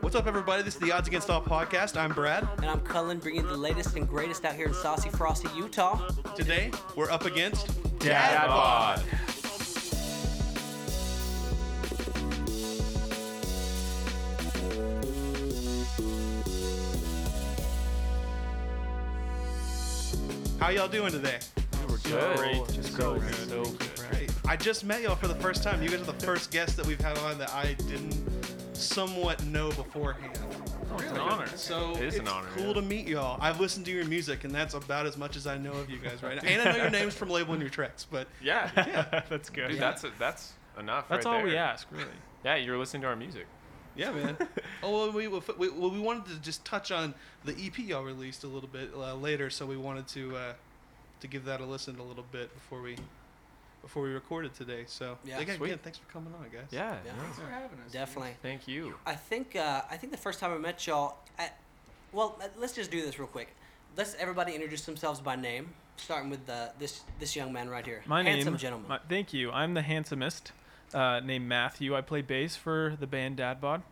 What's up, everybody? This is the Odds Against All podcast. I'm Brad. And I'm Cullen, bringing the latest and greatest out here in Saucy Frosty, Utah. Today, we're up against Dad bod. How y'all doing today? Good. Just go. Right. I just met y'all for the first time. You guys are the first guests that we've had on that I didn't somewhat know beforehand. It's an honor. So It is an it's honor, cool yeah. to meet y'all. I've listened to your music, and that's about as much as I know of you guys right now. And I know your names from labeling your tracks, but Yeah, That's good. dude, that's a, that's enough. That's right all there. we ask, really. Yeah, you were listening to our music. Yeah, man. oh, well, we, we, well, we wanted to just touch on the EP y'all released a little bit uh, later, so we wanted to uh, to give that a listen a little bit before we before we recorded today. So Yeah, again, sweet. again, thanks for coming on, guys. Yeah. Yeah. no, for having us. Definitely. Thank you. I think uh, I think the first time I met y'all, I, well, let- let's just do this real quick. Let's everybody introduce themselves by name, starting with the, this this young man right here, My handsome name, gentleman. my- thank you. I'm the handsomest, uh, named Matthew. I play bass for the band Dad Bod.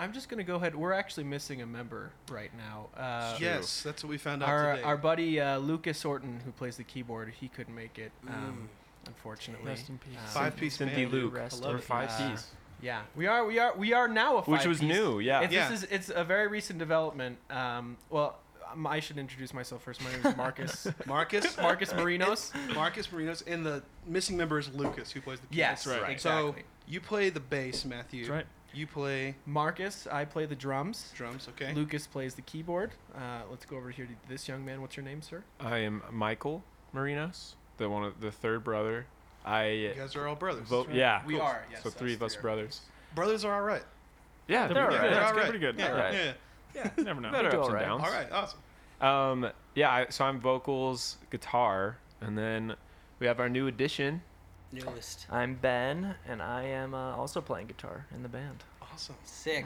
I'm just gonna go ahead. We're actually missing a member right now. Uh, yes, that's what we found out Our, today. our buddy uh, Lucas Orton, who plays the keyboard, he couldn't make it, um, unfortunately. Rest in peace. Um, Five piece Cynthia band. Luke. Rest We're in five peace. Ps. Yeah, we are. We are. We are now a. Which was five-piece. new, yeah. It's, Yeah. This is. It's a very recent development. Um, well, um, I should introduce myself first. My name is Marcus. Marcus, Marcus Marinos. Marcus Marinos, and the missing member is Lucas, who plays the keyboard. Yes, That's right. So exactly. you play the bass, Matthew. That's right. You play Marcus, I play the drums. drums, okay? Lucas plays the keyboard. Uh, let's go over here to this young man. What's your name, sir? I am Michael Marinos, the one of the third brother. I You guys are all brothers. vote. That's right. Yeah. We are. Yes. so three us of us are. brothers. Brothers are all right. Yeah, They're they're pretty all good. right. They're That's all good, right. pretty good. Yeah, All right. yeah. You never know. Better We do ups and all right. downs. All right, awesome. Um, yeah. I, so I'm vocals, guitar, and then we have our new addition. Newest, I'm Ben, and I am uh, also playing guitar in the band. Awesome. sick.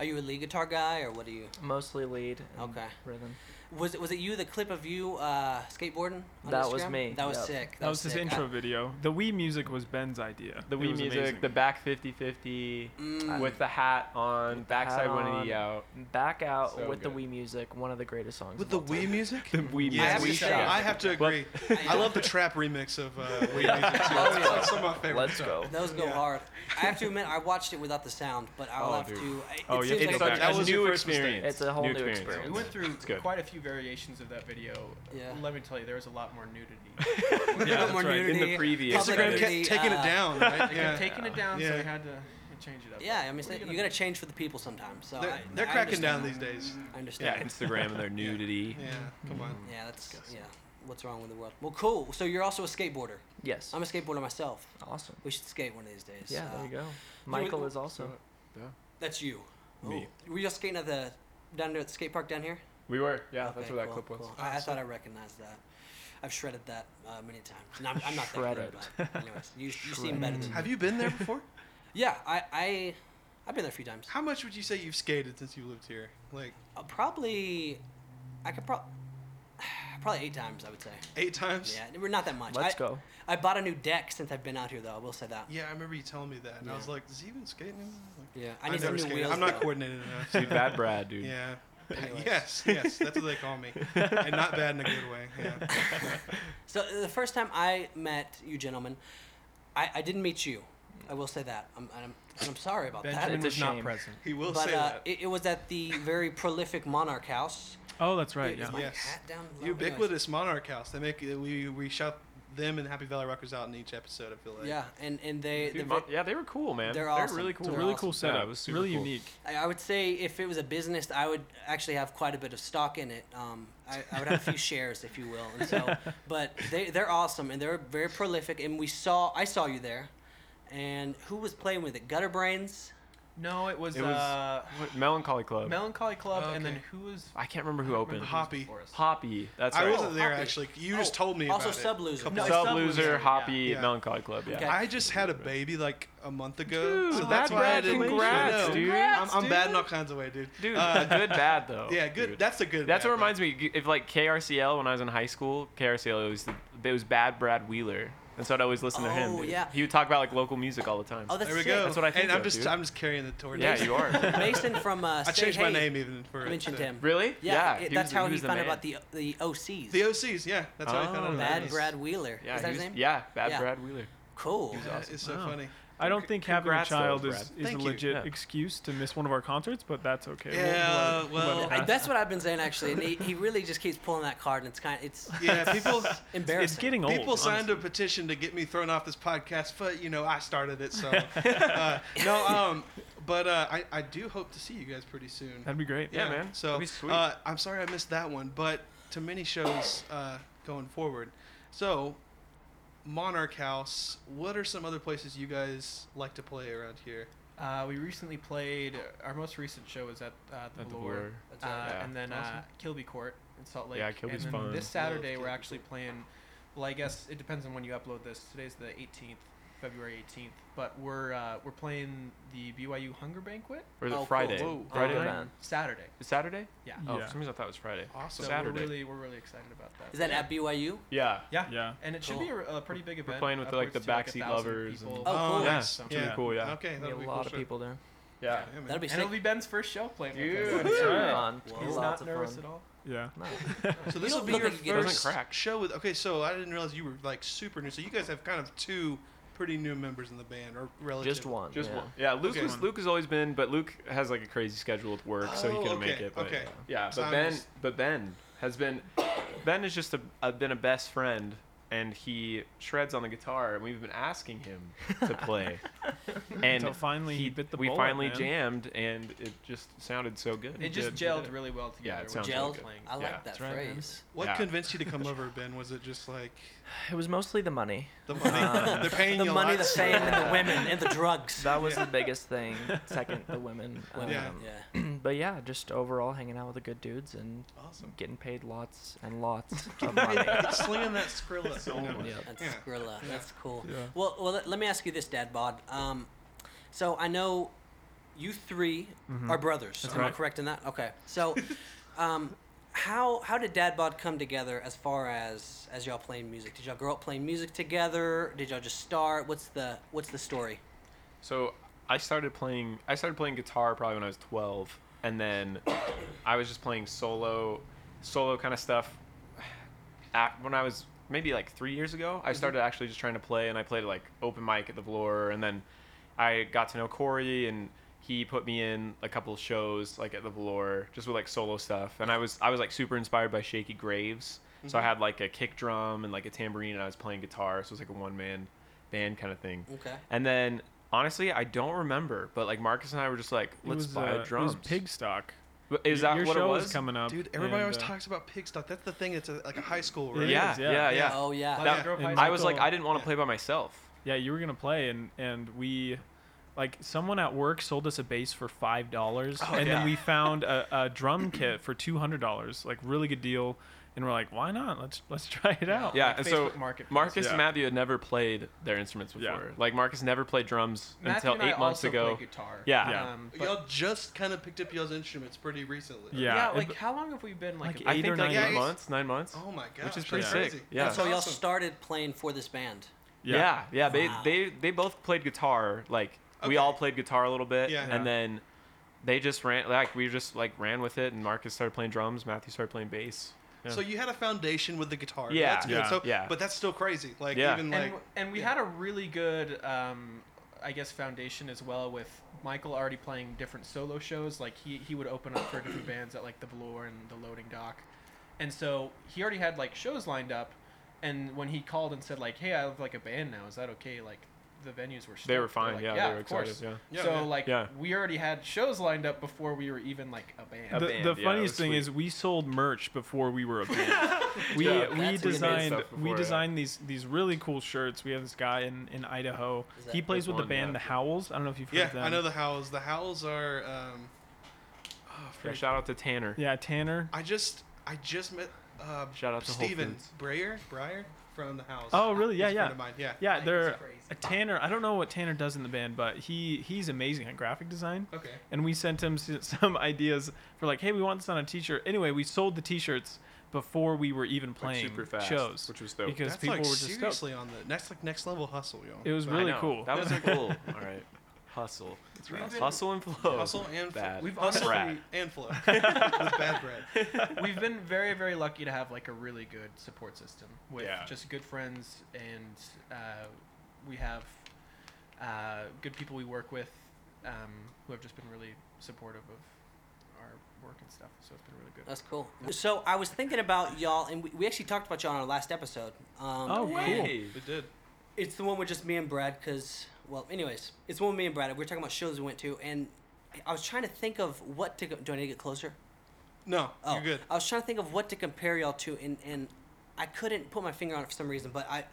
Are you a lead guitar guy, or what are you? Mostly lead. And Okay. Rhythm. Was it was it you the clip of you uh, skateboarding? On That was Instagram? me, That was yep. sick. That was his sick. intro video. The Wii music was Ben's idea. The It Wii was music, amazing. the back 50 50 Mm. with the hat on, With the hat backside one on. knee out. Back out So with the good. Wii music, one of the greatest songs. With of the all time. Wii music? The Wii Yeah, I have, Wii to say, Shop. I have to agree. I love the trap remix of uh, Wii music too. Oh, That's yeah. like some of my favorite Let's stuff. go. Those go Yeah. hard. I have to admit, I watched it without the sound, but I'll Oh, have dude. to. It Oh, you have seems to like go that- back. that It's was a your new first mistake. experience. It's a whole new We experience. went through good. quite a few variations of that video. Yeah. Let me tell you, there was a lot more nudity. a Yeah, little more that's right. In the nudity, previous. public Instagram enemy, kept taking uh, it down, right? They Yeah. kept taking it down, so Yeah. we had to change it up. Yeah, I mean, so What you are you gonna gotta do? change for the people sometimes. So They're, I, they're I cracking down understand. these days. I Yeah, understand. Instagram and their nudity. Yeah, come on. Yeah, Mm-hmm. that's yeah. What's wrong with the world? Well, cool. So you're also a skateboarder. Yes. I'm a skateboarder myself. awesome. We should skate one of these days. Yeah, Uh, there you go. Michael is also. That's you. Me. Ooh. Were you all skating at the down there at the skate park down here? We were. Yeah, Okay, that's where that cool, clip was. cool. I, I thought I recognized that. I've shredded that uh, many times. And I'm, I'm not that Shredded. good, but anyways, you, you seem better than me. Have you been there before? Yeah, I, I I've been there a few times. How much would you say you've skated since you lived here? Like Uh, probably, I could probably probably eight times. I would say. eight times? Yeah, we're not that much. Let's I, go. I bought a new deck since I've been out here, though. I will say that. Yeah, I remember you telling me that, and I Yeah. was like, "Does he even skate anymore?" Like, Yeah, I I've need some never new skated. wheels. I'm not though. coordinated enough. Dude, bad Brad, dude. Yeah. Anyways. Yes, yes, that's what they call me, and not bad in a good way. Yeah. So uh, the first time I met you gentlemen, I, I didn't meet you. I will say that. I'm and I'm, and I'm sorry about Benjamin that. It's was a not shame. present. He will But say uh, that. it, it was at the very prolific Monarch House. oh, that's right. Dude, is Yeah. my Yes. hat down low? Anyways, Ubiquitous Monarch House. They make we we shout them and Happy Valley Rockers out in each episode. I feel like Yeah, and and they. Dude, the Mon- vi- yeah, they were cool, man. They're They're, awesome. really cool. It's a They're really awesome. cool setup. Yeah, it was super really cool. unique. I I would say if it was a business, I would actually have quite a bit of stock in it. Um, I, I would have a few shares, if you will. And so, but they they're awesome and they're very prolific. And we saw I saw you there, and who was playing with it? Gutter Brains. No, it was, It was- uh, What- Melancholy Club. Melancholy Club, and Okay. then who was I can't remember who opened. Hop- Hoppy. Hoppy. That's I right. wasn't there Hoppy. actually. You Oh, just told me also about it. Sub Loser. Couple- No, Sub Sub Loser, Loser, yeah. Hoppy, Yeah. Melancholy Club. Yeah. Okay. I just had a baby like a month ago. Dude, so bad that's why I Brad, didn't congrats, know. dude. I'm, I'm Congrats, bad dude. in all kinds of way, dude. Dude, Uh, a good bad though. yeah, good. dude. That's a good. That's bad, what reminds me. If like KRCL, when I was in high school, KRCL it was the, it was Bad Brad Wheeler. and so I'd always listen to him. Oh, dude. yeah. He would talk about like local music all the time. Oh, that's There we sick. go. That's what I And think I'm of, just dude. I'm just carrying the torch. yeah, you are. Mason from uh, I Say changed my Hey name even for. I mentioned it, so- him. really? Yeah, he it- was that's the- how he he was the found man. about the the OCs. The OCs, yeah, that's how I found Oh, out. about Bad it. Nice. Brad Wheeler. Yeah, Is he that his was- name? Yeah, Bad Yeah. Brad Wheeler. Cool. Yeah, It's so Wow. funny. I don't think having a Congrats, though, child Brad. is, is a Thank you. legit Yeah. excuse to miss one of our concerts, but that's okay. We'll- Yeah, we'll let- we'll well, let it I- pass. That's what I've been saying actually, and he, he really just keeps pulling that card, and it's kind of it's Yeah, people embarrassing. it's getting old. people signed honestly. a petition to get me thrown off this podcast, but you know I started it, so uh, no. Um, but uh, I I do hope to see you guys pretty soon. That'd be great. Yeah, man. So That'd be sweet. Uh, I'm sorry I missed that one, but to many shows uh, going forward. So, Monarch House. What are some other places you guys like to play around here? Uh, we recently played. uh, Our most recent show was at uh, the At the Velour, Velour. uh, Yeah. and then uh, Awesome. Kilby Court in Salt Lake. Yeah, Kilby's and then fun. This Love Saturday we're Kilby actually playing. Well, I guess it depends on when you upload this. Today's the 18th, February 18th, but we're uh, we're playing the BYU Hunger Banquet Or is Oh, cool. it Uh-huh. Friday? Whoa. Friday Oh, night? man. Saturday. Is Saturday? Yeah. Oh, Yeah. for some reason I thought it was Friday. So Awesome. Saturday. we're really we're really excited about that. Is that at BYU? Yeah. Yeah. Yeah. And it should be a, a pretty big event. Uh, playing with, like, the upwards to, a backseat thousand lovers people. and- Oh, cool. Yeah. Nice. It's really cool, yeah. Um, Okay, Be a that'll be cool lot of shit. people there. Yeah. Yeah, man. That'll be And sick. it'll be Ben's first show playing. with us. That's right. Fun. Whoa. He's not Lots of nervous fun. at all. Yeah. No. So You this will don't be look your like you get it. first Doesn't crack. show with. Okay, so I didn't realize you were like super new. So you guys have kind of two pretty new members in the band, or relative. Just one. Just yeah. one. Yeah, Luke Okay. was, Luke has always been, but Luke has like a crazy schedule with work, so he Oh, couldn't make okay, it. But, okay. Yeah, So but I'm Ben, just- but Ben has been, Ben has just a, a, been a best friend, and he shreds on the guitar, and we've been asking him to play, and Until finally he bit the we bullet, finally man. jammed, and it just sounded so good. It just did. gelled really well together. Yeah, it We're sounds just Gelled. really playing. I like Yeah, that that's right, man. phrase. What Yeah. convinced you to come over, Ben? Was it just like It was mostly the money. the money? They're paying The you a money, lot, the so- fame, and the women, and the drugs. That was the biggest thing. Second, the women. Yeah. Um, Yeah. But yeah, just overall hanging out with the good dudes and Awesome. getting paid lots and lots of money. It's slinging that Skrilla. you know? Yeah. That's Yeah. Skrilla. That's cool. Yeah. Well, well, let, let me ask you this, Dad Bod. Um, so I know you 3 are brothers. am I right. Mm-hmm. correct in that? Okay. So, um, how how did Dad Bod come together as far as as y'all playing music? Did y'all grow up playing music together? Did y'all just start? What's the what's the story? So I started playing. I started playing guitar probably when I was 12, and then I was just playing solo, solo kind of stuff. At, when I was maybe like three years ago, I started actually just trying to play, and I played like open mic at the Velour, and then I got to know Corey, and he put me in a couple of shows like at the Velour, just with like solo stuff. And I was I was like super inspired by Shaky Graves, so I had like a kick drum and like a tambourine, and I was playing guitar, so it was like a one man band kind of thing. Okay. And then honestly, I don't remember, but like Marcus and I were just like, It let's was, buy uh, a drum. It was pig stock. Is that Your what show it was? is coming up? Dude, everybody and, always uh, talks about pig stock. That's the thing. It's a, like a high school, It right? is, yeah, yeah. yeah, yeah, Oh yeah. That- Grove High I was like, Michael- I didn't want to Yeah. play by myself. Yeah, you were gonna play, and and we, like, someone at work sold us a bass for five dollars, Oh, and yeah. then we found a, a drum kit for two hundred dollars, like really good deal, and we're like, why not? Let's let's try it out. Yeah, Like and so Facebook Marketplace. Marcus Yeah. and Matthew had never played their instruments before. Yeah. Like Marcus never played drums Matthew until and eight I months also ago. play guitar. Yeah. Yeah. Um, but- Y'all just kind of picked up y'all's instruments pretty recently. right? Yeah, yeah, it- like how long have we been like? Like a- I Eight think or like nine eight months. months, nine months, Oh my god. which is pretty sick. Yeah. And so y'all Awesome. started playing for this band. Yeah, yeah. They Wow. they they both played guitar. Like Okay. we all played guitar a little bit, Yeah. Yeah. and then they just ran like we just like ran with it. And Marcus started playing drums. Matthew started playing bass. Yeah. So you had a foundation with the guitar. Yeah, That's good. yeah, So, yeah. But that's still crazy. Like Yeah. even and, like and we yeah. had a really good, um, I guess, foundation as well with Michael already playing different solo shows. Like he he would open up for different bands at like the Velour and the Loading Dock, and so he already had like shows lined up. And when he called and said like, "Hey, I have like a band now. Is that okay?" Like the venues were. They were stoked. They're fine. like, yeah, yeah, they were of course." excited. Yeah. Yeah, so yeah. like Yeah. we already had shows lined up before we were even like a band. A the, band, the yeah, it funniest was thing sweet. is we sold merch before we were a band. we Yeah. That's we what we made designed stuff before, we yeah. designed these these really cool shirts. We have this guy in in Idaho. Is that- He plays There's with the one, band yeah. The Howls. I don't know if you've heard Yeah, of them. I know the howls. The howls are um oh, Yeah, freak. shout out to Tanner. Yeah, Tanner. I just I just met uh Shout out to Whole Steven Foods. Breyer Breyer from the house. Oh, really? Yeah, He's a yeah. friend of mine, Yeah. Yeah, Like, they're it's crazy. a Tanner. I don't know what Tanner does in the band, but he he's amazing at graphic design. Okay. And we sent him s- some ideas for like, hey, we want this on a T-shirt. Anyway, we sold the T-shirts, before we were even like, playing super fast, shows which was dope. because That's people like were just stoked. seriously on the next like next level hustle, yo. It was But- I really know. cool. That was cool. All right, hustle, We've been- hustle and flow. hustle and fl- Bad. We've hustle Rat. and flow with bad bread. We've been very, very lucky to have like a really good support system with Yeah. just good friends, and uh, we have uh, good people we work with um, who have just been really supportive of our work and stuff. So it's been really good. That's cool. So I was thinking about y'all, and we, we actually talked about y'all on our last episode. Um, Oh, cool. Hey. We did. It's the one with just me and Brad, because, well, anyways, it's the one with me and Brad. We were talking about shows we went to, and I was trying to think of what to go. Do I need to get closer? No, Oh, you're good. I was trying to think of what to compare y'all to, and, and I couldn't put my finger on it for some reason, but I,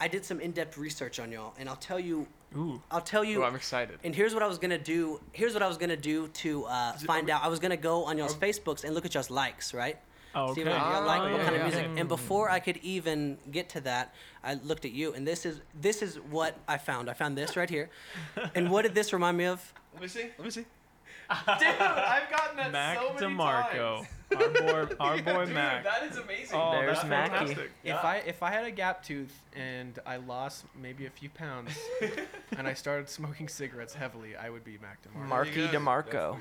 I did some in depth research on y'all, and I'll tell you, Ooh, I'll tell you. Ooh, I'm excited. and here's what I was gonna do. Here's what I was gonna do to uh, find out. I was gonna go on y'all's Facebooks and look at y'all's likes, right? oh, See okay. Oh, Mm. what I Ah, like, what yeah, kind of yeah. music. And before I could even get to that, I looked at you, and this is this is what I found. I found this right here. And what did this remind me of? Let me see. Let me see. Dude, I've gotten that Mac DeMarco, our boy, our boy Mac. that is amazing. oh, There's that's Mackie. fantastic. If I if I had a gap tooth and I lost maybe a few pounds, and I started smoking cigarettes heavily, I would be Mac DeMarco. go. Marky DeMarco.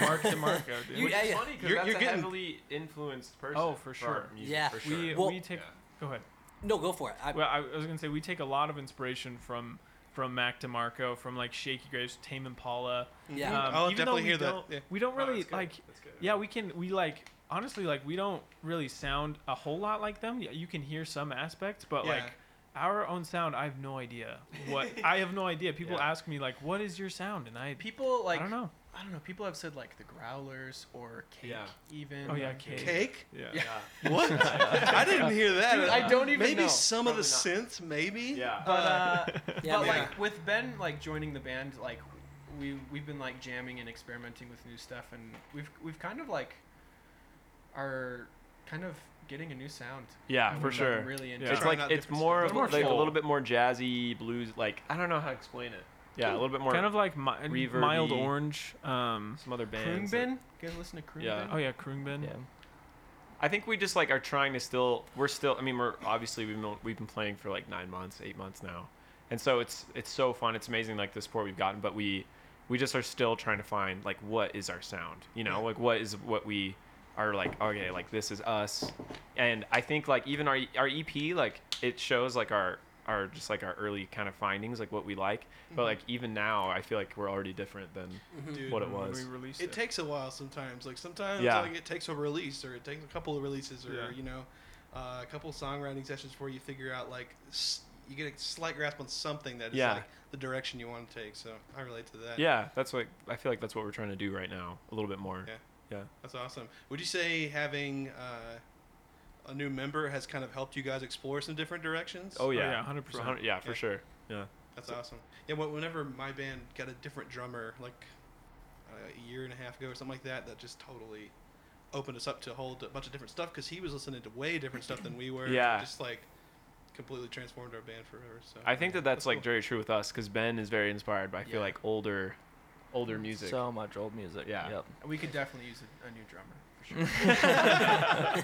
Mark DeMarco, dude. You- Which is yeah, funny because You're- that's you're a getting- heavily influenced person. Oh, for our sure. music, Yeah. for sure. We, Well- we take. Go ahead. No, go for it. I, Well, I I was gonna say we take a lot of inspiration from from Mac DeMarco, from like Shaky Graves, Tame Impala. Um, yeah. mm-hmm. Mhm. I'll even though definitely we hear that, don't- yeah. We don't Oh, really that's good. like. That's good. Yeah, we can. We like honestly like we don't really sound a whole lot like them. Yeah, You can hear some aspects, but Yeah. like our own sound, I have no idea what. I have no idea. People Yeah. ask me like, "What is your sound?" And I People like I don't know. I don't know. People have said like the growlers or cake Yeah. even. Oh, yeah, Like, Cake. Cake? Yeah. Yeah. What? I didn't hear that. Dude, I don't even maybe know. some of the Probably synths, maybe. Yeah. But uh, Yeah, but maybe. like with Ben like joining the band, like we we've been like jamming and experimenting with new stuff, and we've we've kind of like are kind of getting a new sound. Yeah, And for we've sure. gotten Really into Yeah. It's Trying like out it's different more, stuff. of More like a soul. little bit more jazzy blues. Like I don't know how to explain it. Yeah, a little bit more. kind of like mi- reverby. mild orange. Um, some other bands. that- Krungbin. You guys listen to Krungbin? Yeah. oh yeah, Krungbin. Yeah. I think we just like are trying to still. We're still. I mean, we're obviously we've been, we've been playing for like nine months, eight months now, and so it's it's so fun. It's amazing like the support we've gotten, but we we just are still trying to find like what is our sound. You know, like what is what we are like. Okay, like this is us, and I think like even our our EP like it shows like our our just like our early kind of findings like what we like, but like even now I feel like we're already different than Mm-hmm. Dude, What it when was. We released It it. takes a while sometimes. Like sometimes Yeah. like it takes a release or it takes a couple of releases or Yeah. you know, uh, a couple of songwriting sessions before you figure out like s- you get a slight grasp on something that is Yeah. like the direction you want to take. So I relate to that. yeah. That's what I feel like that's what we're trying to do right now a little bit more. Yeah. Yeah. That's awesome. Would you say having uh, a new member has kind of helped you guys explore some different directions? Oh yeah. yeah, 100%. For hun- Yeah, for Yeah. sure. Yeah. That's awesome. Yeah, wh- whenever my band got a different drummer, like uh, a year and a half ago or something like that, that just totally opened us up to a whole d- bunch of different stuff because he was listening to way different stuff than we were. Yeah. Just like completely transformed our band forever. So I think that that's like cool. very true with us because Ben is very inspired by I feel Yeah. like older, older music. So much old music. Yeah. Yep. We could definitely use a, a new drummer for sure.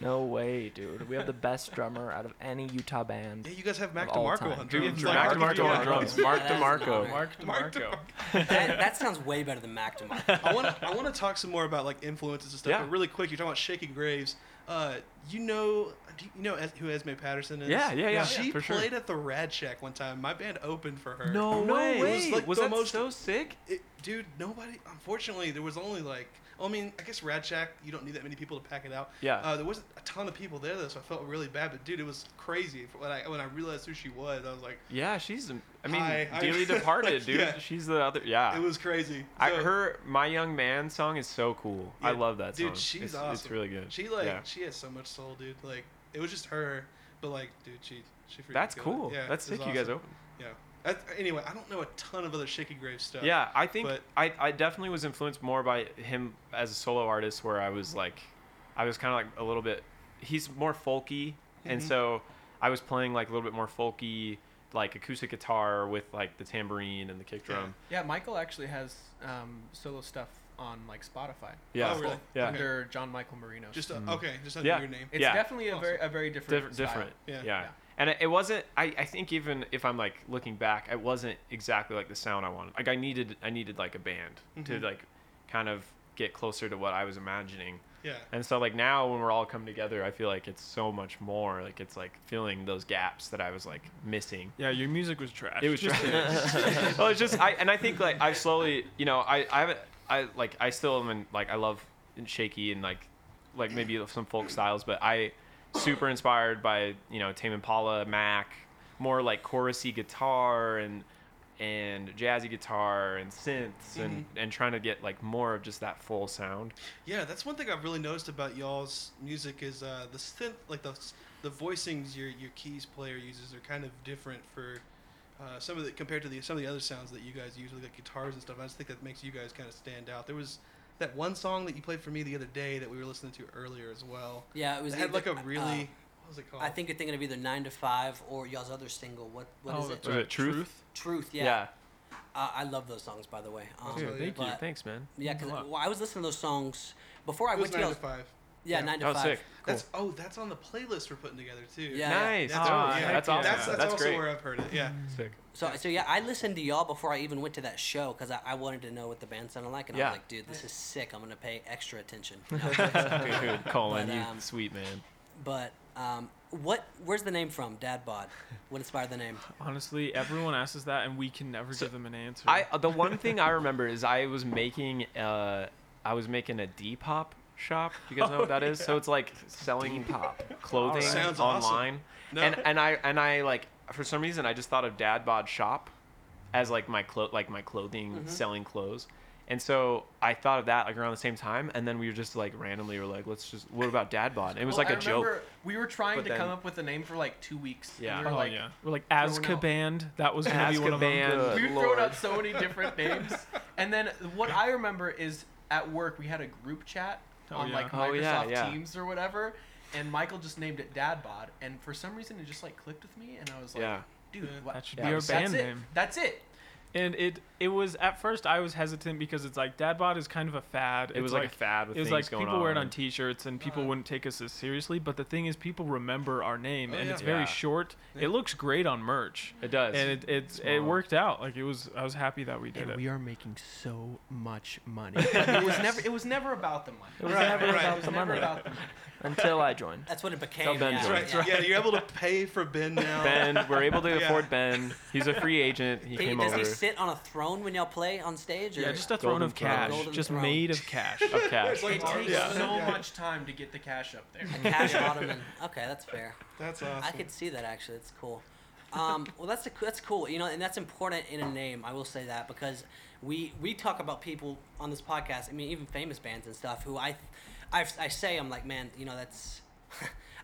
No way, dude. We have the best drummer out of any Utah band. Yeah, you guys have Mac Of all DeMarco time. on Dude, drums. Mac Like, DeMarco yeah. on drums. Mark That is an DeMarco. honor. Mark DeMarco. Mark that, that sounds way better than Mac DeMarco. I want to I want to talk some more about like influences and stuff. Yeah. But really quick, you're talking about Shaky Graves. Uh, you know, do you know Es- who Esme Patterson is? Yeah, yeah, yeah, She yeah, for sure. played at the Rad Shack one time. My band opened for her. no way. It way. was, like, the that most- so sick? it, dude, nobody. Unfortunately, there was only like. I mean, I guess Rad Shack. You don't need that many people to pack it out. Yeah. Uh, there wasn't a ton of people there, though, so I felt really bad. But dude, it was crazy. When I when I realized who she was, I was like, Yeah, she's. am- I mean, Hi, I- dearly departed, dude. Yeah. She's the other. Yeah. it was crazy. I, So- her my young man song is so cool. I Yeah, love that song. Dude, she's it's, awesome. It's really good. She like Yeah. she has so much soul, dude. Like it was just her, but like, dude, she she. freaking That's killed it. cool. Yeah, That's it was sick. You guys awesome. open. Yeah. That's, anyway, I don't know a ton of other Shaky Grave stuff. Yeah, I think but- I, I definitely was influenced more by him as a solo artist, where I was like, I was kind of like a little bit. He's more folky, and Mhm. so I was playing like a little bit more folky, like acoustic guitar with like the tambourine and the kick drum. yeah, Michael actually has um, solo stuff on like Spotify Yeah. Oh, really? Yeah. under John Michael Marino. Just uh, Mm. okay, just under Yeah. your name. it's yeah. definitely a very a very different Different. style. different. Yeah. yeah. Yeah. And it, it wasn't. I, I think even if I'm like looking back, it wasn't exactly like the sound I wanted. Like I needed I needed like a band Mhm. to like kind of get closer to what I was imagining. Yeah. And so like now when we're all coming together, I feel like it's so much more. Like it's like filling those gaps that I was like missing. Yeah, your music was trash. It was Just just well, Oh, it's just I and I think like I've slowly, you know, I I haven't I like I still am in like I love shaky and like like maybe some folk styles, but I super inspired by you know Tame Impala, Mac, more like chorusy guitar and and jazzy guitar and synths and Mm-hmm. and trying to get like more of just that full sound. Yeah, that's one thing I've really noticed about y'all's music is uh, the synth, like the s- the voicings your your keys player uses are kind of different for uh, some of the compared to the some of the other sounds that you guys use, like, like guitars and stuff. I just think that makes you guys kind of stand out. There was that one song that you played for me the other day that we were listening to earlier as well. Yeah, it It was had like either- a really uh, what was it called? I think you're thinking of either Nine to Five or y'all's other single. What What is Oh, it? that's right. it Truth? Truth. Yeah. Uh, I love those songs, by the way. Um, Dude, thank but- Thanks, man. Yeah, because Good luck. well, I was listening to those songs before I it was went to nine to y'all's. five. Yeah, yeah. nine to That was five. sick. Cool. That's oh, that's on the playlist we're putting together too. Yeah. nice. That's, Oh, right, yeah. yeah. Uh, that's awesome. That's, that's, also great. where I've heard it. Yeah. Sick. So so yeah, I listened to y'all before I even went to that show because I, I wanted to know what the band sounded like, and I Yeah. was like, dude, this is sick. I'm gonna pay extra attention. Dude, Colin, But, you um, sweet man. but um, what? Where's the name from? Dad bod. What inspired the name? Honestly, everyone asks us that, and we can never So, give them an answer. I the one thing I remember is I was making uh I was making a Depop shop. You guys know what Oh that is? So it's like selling pop clothing Alright. Sounds awesome. online. No. And and I and I like for some reason I just thought of Dad Bod Shop as like my clo- like my clothing Mm-hmm. selling clothes. And so I thought of that like around the same time, and then we were just like randomly were like, let's just what about Dad Bod? It was Well, like a I joke. remember We were trying but to then- come up with a name for like two weeks. and Yeah. We Oh were like, yeah, we're like throwing out- Azkaban. That was gonna be one of them. Azkaban. Good. we were Lord. throwing out so many different names. And then what I remember is at work we had a group chat Oh, on yeah. like Microsoft Oh, yeah, yeah. Teams or whatever, and Michael just named it Dad Bod, and for some reason it just like clicked with me, and I was like, Yeah. dude, Yeah. what? That should Yeah, be our that's band it. name. That's it. And it it was at first I was hesitant because it's like Dadbot is kind of a fad. It was It's like, a fad with it was things like going people wear it on. on T-shirts and people wouldn't take us as seriously. But the thing is, people remember our name, Oh, and yeah. it's very Yeah. short. Yeah. It looks great on merch, It does. and it it's, it Small. worked out. Like it was, I was happy that we did And it. we are making so much money. But it was never. It was never about the money. It was Right, never right. It about was the never money about the money. until I joined. That's what it Tell became. Ben yeah, Jones. That's yeah. right. Yeah, you're able to pay for Ben now. Ben, we're able to Yeah. afford Ben. He's a free agent. He- He came does over. he sit on a throne when y'all play on stage? Or? Yeah, just a throne Golden of cash, throne. just Golden made of cash. of cash. It's like It takes Yeah. so Yeah. much time to get the cash up there. a cash ottoman. Okay, that's fair. That's awesome. I could see that actually. It's cool. Um, well, that's a, coo- that's cool. You know, and that's important in a name. I will say that because we we talk about people on this podcast. I mean, even famous bands and stuff who I i I say I'm like, man, you know, that's.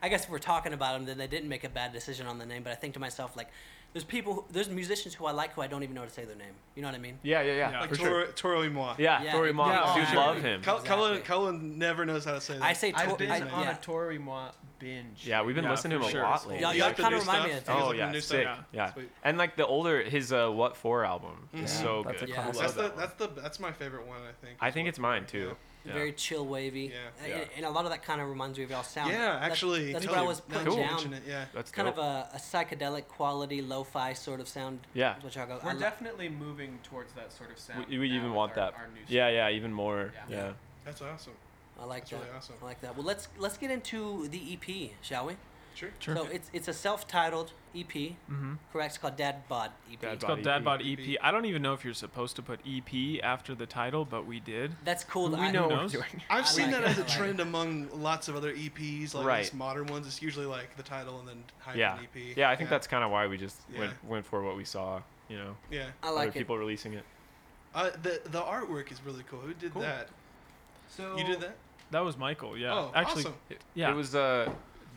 I guess if we're talking about them, then they didn't make a bad decision on the name. But I think to myself, like, there's people, who, there's musicians who I like who I don't even know how to say their name. You know what I mean? Yeah, yeah, yeah. Yeah. like for Toro, sure. Toro y Moi. Yeah, Yeah, Tory Mom. yeah, Dude, exactly. love him. Col- Cullen, Exactly. Cullen never knows how to say that. I say. I've Tor- been I- on yeah. a Tory Moi binge. Yeah, we've been Yeah, listening to for him sure. a lot lately. Yeah, You yeah, like the kinda new remind me stuff? of You guys Oh like the yeah, new sick. stuff? Yeah, Sweet. and like the older his uh, What For album is Yeah, so that's a good. Yeah. I love That's the that one. that's the that's my favorite one. I think. I think it's mine too. Yeah. very chill wavy Yeah. And- Yeah. and a lot of that kind of reminds me of y'all sound Yeah, That's- actually, that's, totally. what i was Now that putting you Cool. down mention it, yeah. That's kind dope. of a, a psychedelic quality lo-fi sort of sound Yeah. is what y'all go- I We're lo- definitely moving towards that sort of sound. we, we now even with want our- that. our new yeah, yeah, even more. Yeah. Yeah. That's awesome. I like That's that really awesome. i like that well let's let's get into the ep shall we Sure. Sure. so it's it's a self-titled ep hmm correct it's called dad bod E ep Dad It's called Bod EP. Dad Bod EP. I don't even know if you're supposed to put EP after the title, but we did. that's cool We I- Who know what we're knows? doing. I've I seen like that it. as I a like it. trend among lots of other EPs, like Right. these modern ones. It's usually like the title and then hyphen E Yeah. EP. Yeah, I think that's kind of why we just Yeah. went went for what we saw. You know, yeah. i like other it people releasing it. Uh, the the artwork is really cool. Who did Cool. that? So You did that? That was Michael. Yeah. Oh, Actually, awesome. yeah. It was uh,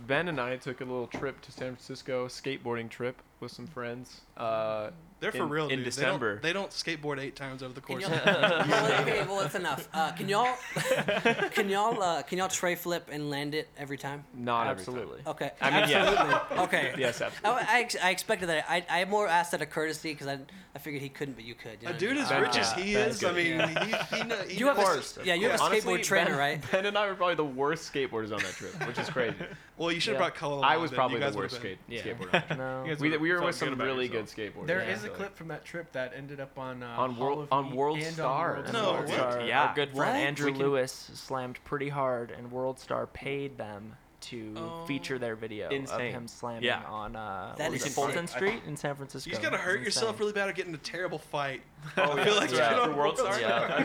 Ben and I took a little trip to San Francisco, skateboarding trip, with some friends. Uh, They're for in- real. in dude. December. They don't, they don't skateboard eight times over the Can course. y'all, of well, okay, well, that's enough. Uh, can y'all, can y'all, uh, can y'all tray flip and land it every time? not every time. Absolutely. Okay. I mean, yes. absolutely. Okay. Yes, I, absolutely. I, ex- I expected that. I, I more asked out of courtesy because I, I figured he couldn't, but you could. You know A what I dude mean? as Uh, rich as yeah, he that's is, I good. mean, Yeah. he, he, kn- he You have a, knows- s- yeah, you have a Honestly, skateboard trainer, ben, right? Ben and I were probably the worst skateboarders on that trip, which is crazy. Well, you should Yeah. have brought color. I along was then. probably you the guys worst would've been- skate, Yeah. skateboarder. on that trip. No. You guys we, would've we were felt with good some about really yourself. good skateboarders. There is Yeah. a clip from that trip that ended up on uh, On Hall World- of on E World and on Star. World No Star. way. Star, Yeah. our good friend What? Andrew We can- Lewis slammed pretty hard, and World Star paid them to feature their video Insane. of him slamming Yeah. on uh, That what was is it, Fulton insane. Street in San Francisco. You just gotta It was hurt yourself insane. really bad or get in a terrible fight. Oh, I feel like yeah. you For know, World Star. Yeah.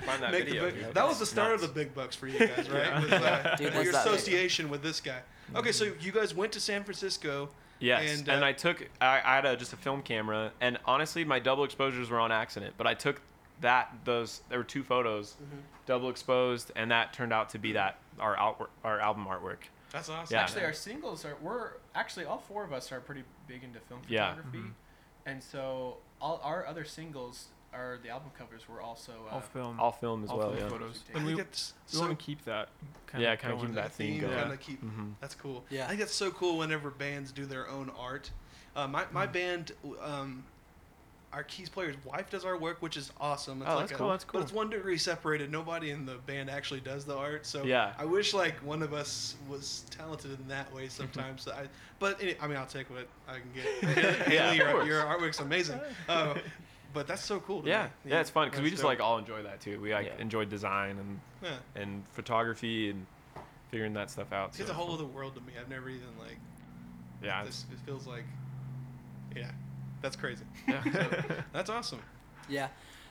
Find that Make the video. big- that was the start of the big bucks for you guys, right? With, uh, Dude, your that's- association with this guy. Okay, so you guys went to San Francisco. Yes, and, And, uh, I took I, I had a, just a film camera, and honestly, my double exposures were on accident. But I took that those there were two photos, double exposed, and that turned out to be that our outwork, our album artwork. That's awesome. Yeah. Actually, our singles are we're actually all four of us are pretty big into film Yeah. photography, and so all our other singles are the album covers were also uh, I'll film. All film as All well. film Yeah. photos. I And I we, think we it's so want to keep that. Yeah, kinda keep going. that theme going. Kind of keep. Mm-hmm. That's cool. Yeah. I think that's so cool whenever bands do their own art. Uh, my my Mm. band, um, our keys player's wife does our work, which is awesome. It's Oh, like that's a- cool, that's But it's cool. one degree separated. Nobody in the band actually does the art. So Yeah. I wish like one of us was talented in that way sometimes. so I, but any- I mean, I'll take what I can get. Yeah, Haley, of your, course. your artwork's amazing. Uh, but that's so cool. To yeah, me. yeah, it's fun because we That's just dope. like all enjoy that too. We like Yeah. enjoy design and Yeah. and photography and figuring that stuff out. It's a so- whole other world to me. I've never even like. yeah, This, it feels like. Yeah, that's crazy. yeah. That's awesome. Yeah.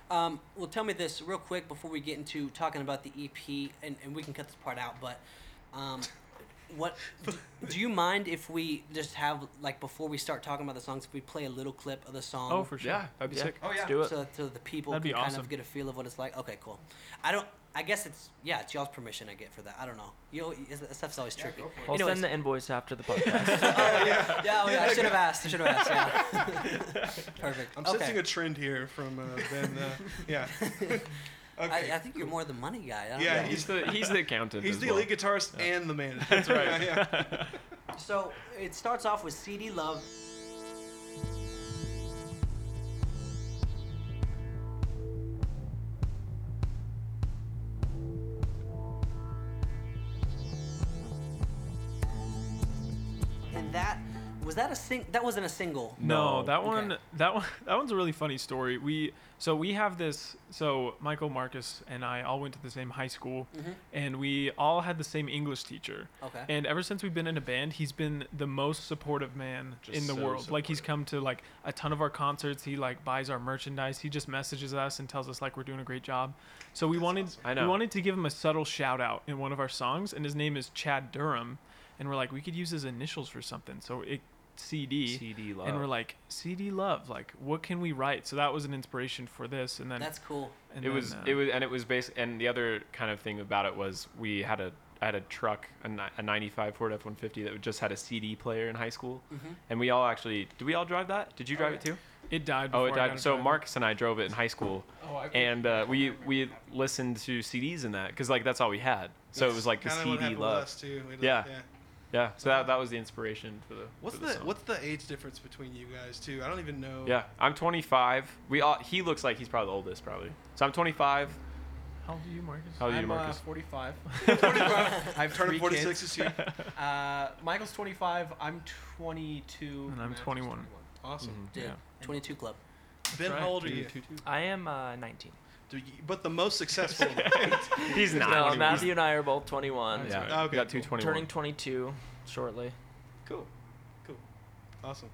Um, well, tell me this real quick before we get into talking about the EP, and, and we can cut this part out, but um, what do, do you mind if we just have, like, before we start talking about the songs, if we play a little clip of the song? Oh, for sure. yeah, that'd be Yeah. sick. Oh, yeah. Let's do it. So, so the people That'd can be kind awesome. of get a feel of what it's like. Okay, cool. I don't. I guess it's yeah, it's y'all's permission I get for that. I don't know. You know, it's- that stuff's always tricky. go for it. I'll Anyways, send the invoice after the podcast. yeah, oh, yeah, I should have asked. I should have asked. Yeah. Perfect. I'm okay. sensing a trend here from uh, Ben. Uh, yeah. okay. I, I think you're more the money guy. I don't Yeah, know. He's the he's the accountant. He's as the well. lead guitarist and the manager. That's right. yeah, So it starts off with CD Love. And that was that a sing? That wasn't a single. No, No. that Okay. one that one that one's a really funny story. We so we have this so Michael Marcus and I all went to the same high school Mm-hmm. and we all had the same English teacher. Okay. And ever since we've been in a band, he's been the most supportive man Just in the so world. Like he's supportive. come to like a ton of our concerts, he like buys our merchandise, he just messages us and tells us like we're doing a great job. So we wanted I we know. wanted to give him a subtle shout out in one of our songs and his name is Chad Durham and we're like we could use his initials for something. So it CD, CD love. and we're like CD love like what can we write so that was an inspiration for this and then That's cool. and it then, was uh, it was and it was basically and the other kind of thing about it was we had a I had a truck a, ni- a 95 Ford F150 that just had a CD player in high school and we all actually did we all drive that did you drive it too it died oh before it I died got so driver. Marcus and I drove it in high school Oh, I- and uh, we we listened to CDs in that because like that's all we had so it was like the Kinda what CD happened with love us, too. We did- Yeah. yeah so that that was the inspiration for the What's for the song. What's the age difference between you guys too? I don't even know. yeah I'm 25 we all he looks like he's probably the oldest probably so I'm 25 how old are you Marcus how old are you I'm uh, Marcus 45. I've I've turned three 46 kids. this year. Uh, Michael's 25. I'm 22. And I'm Matt's 21. Awesome. Dude, Mm-hmm. Yeah. 22 Club. Ben, right. how old are you? I am uh, 19. Dude, you- But the most successful. he's not No, 21. Matthew and I are both 21. yeah right. Okay, got cool. 221 Turning 22 shortly. cool. Cool. Awesome.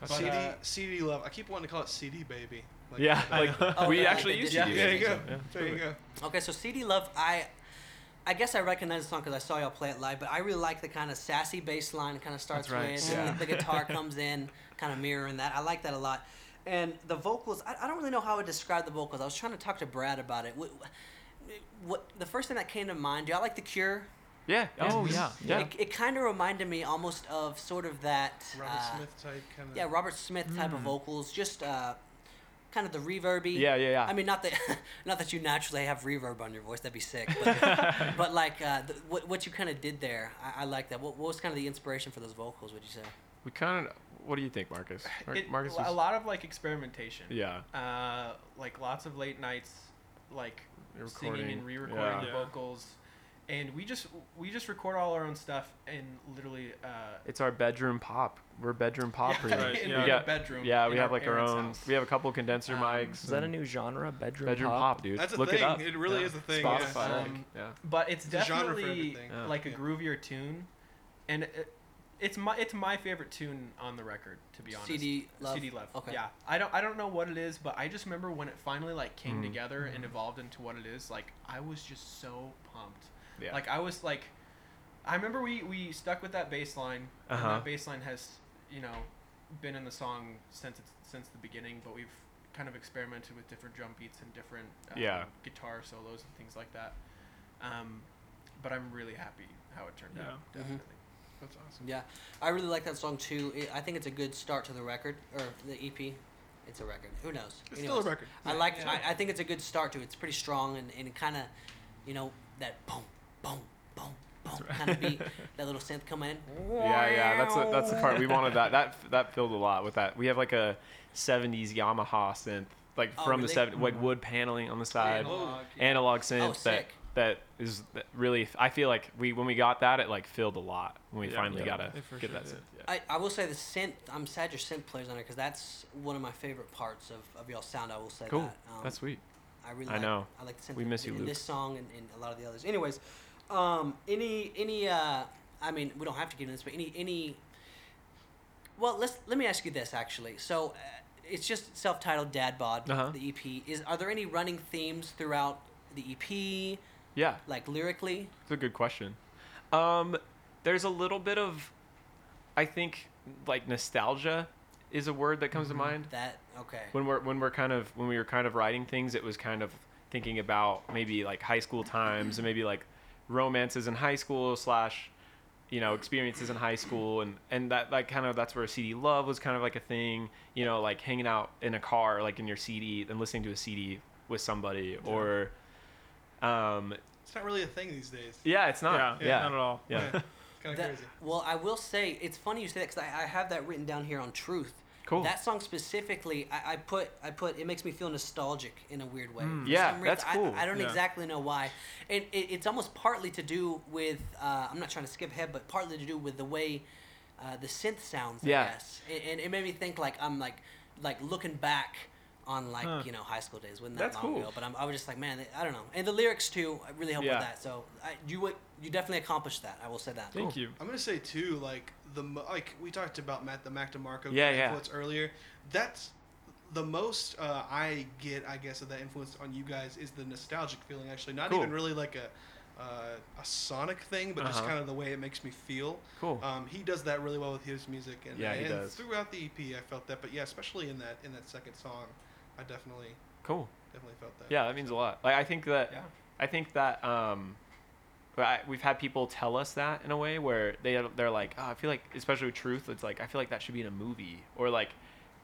But, CD, uh, CD love. I keep wanting to call it CD baby. Like, yeah, uh, like Oh, we yeah, actually they used did to yeah, do that. there that. you go. Yeah. There you go. Okay, so CD Love, I, I guess I recognize the song because I saw y'all play it live, but I really like the kind of sassy bass line it kind of starts That's right, with, yeah. and the guitar comes in, kind of mirroring that. I like that a lot. And the vocals, I, I don't really know how I would describe the vocals. I was trying to talk to Brad about it. What, what the first thing that came to mind? Do y'all like The Cure? Yeah. Oh yeah, yeah. It, it kind of reminded me almost of sort of that Robert uh, Smith type kind of. Yeah, Robert Smith type Mm. of vocals, just uh, kind of the reverby. Yeah, yeah, yeah. I mean, not that not that you naturally have reverb on your voice. That'd be sick. But, but like uh, the, what what you kind of did there, I, I like that. What, what was kind of the inspiration for those vocals? Would you say? we kind of. What do you think, Marcus? Mar- It- Marcus a was- lot of like experimentation. Yeah. Uh, like lots of late nights, like singing Recording, and re-recording yeah. the Yeah. vocals, and we just we just record all our own stuff and literally. Uh, It's our bedroom pop. We're bedroom pop. pretty much. right, in yeah. the We got- bedroom. Yeah, in we have like our parents' own. house. We have a couple condenser Um, mics. Is that a and new genre? Bedroom, bedroom pop, dude? That's a Look thing. it up. It really Yeah. is a thing. yeah. Spotify. like, Um, yeah. but it's It's a genre for definitely everything. Yeah. like a Yeah. groovier tune, and it, it's my it's my favorite tune on the record to be honest. CD love. CD Love. Okay. Yeah, I don't I don't know what it is, but I just remember when it finally like came Mhm. together Mm-hmm. and evolved into what it is. Like I was just so pumped. Yeah. Like I was like, I remember we we stuck with that bass line. Uh-huh. And that bass line has you know been in the song since it's since the beginning, but we've kind of experimented with different drum beats and different um, Yeah. guitar solos and things like that. Um, but I'm really happy how it turned out. Yeah. Mhm. Definitely. That's awesome. Yeah, I really like that song too. It, I think it's a good start to the record or the EP. It's a record. Who knows? It's still a Anyways. record. I like. Yeah. I, I think it's a good start to it. It's pretty strong and, and kind of, you know, that boom, boom, boom, boom kind of beat. that little synth coming in. Yeah, yeah, that's the, that's the part we wanted. That that that filled a lot with that. We have like a '70s Yamaha synth, like Oh, from really? the '70s, like wood paneling on the side, analog, Analog, Oh, yeah. synth that sick. that is that really. I feel like we when we got that, it like filled a lot when we Yeah, finally yeah, got to it for get sure that did. synth. Yeah. I, I will say the synth. I'm sad your synth plays on it because that's one of my favorite parts of, of y'all's sound. I will say cool, that. Um, that's sweet. I really. I like, know. I like the synth. We in- miss you, in Luke. this song and, and a lot of the others. Anyways, um, any any uh, I mean, we don't have to get into this, but any any. Well, let's let me ask you this actually. So, uh, it's just self-titled Dad Bod, Uh-huh. the EP. Is are there any running themes throughout the EP, Yeah, like lyrically? It's a good question. Um, there's a little bit of, I think, like nostalgia is a word that comes to mind. That okay. When we're when we're kind of when we were kind of writing things, it was kind of thinking about maybe like high school times and maybe like romances in high school slash, you know, experiences in high school and and that like kind of that's where CD love was kind of like a thing. You know, like hanging out in a car, like in your CD and listening to a CD with somebody or. Um, It's not really a thing these days. yeah, it's not. yeah, yeah. not at all. yeah. It's kind of That- crazy. Well, I will say it's funny you say that because I, I have that written down here on Truth. Cool. That song specifically, I, I put, I put, it makes me feel nostalgic in a weird way. For Yeah, some that's I- cool. I, don't Yeah. exactly know why, and it, it's almost partly to do with, uh, I'm not trying to skip ahead, but partly to do with the way uh, the synth sounds. I Yeah. guess. And, and it made me think like I'm like, like looking back on like Huh. you know high school days wasn't that That's long cool. ago but I'm, i was just like man i don't know and the lyrics too really helped Yeah. with that so I, you would you definitely accomplished that i will say that Thank you. I'm gonna say too, like the mo- like we talked about Matt the Mac DeMarco Yeah, yeah. influence earlier. That's the most uh, I get, I guess, of that influence on you guys is the nostalgic feeling. Actually, not Cool. even really like a uh, a sonic thing, but just Uh-huh. kind of the way it makes me feel. Cool. Um, he does that really well with his music, and, Yeah, he and does. throughout the EP, I felt that. But yeah, especially in that in that second song, I definitely cool. definitely felt that. Yeah, that means a lot. Like I think that Yeah. I think that um, but I, we've had people tell us that in a way where they they're like, oh, I feel like especially with Truth, it's like I feel like that should be in a movie or like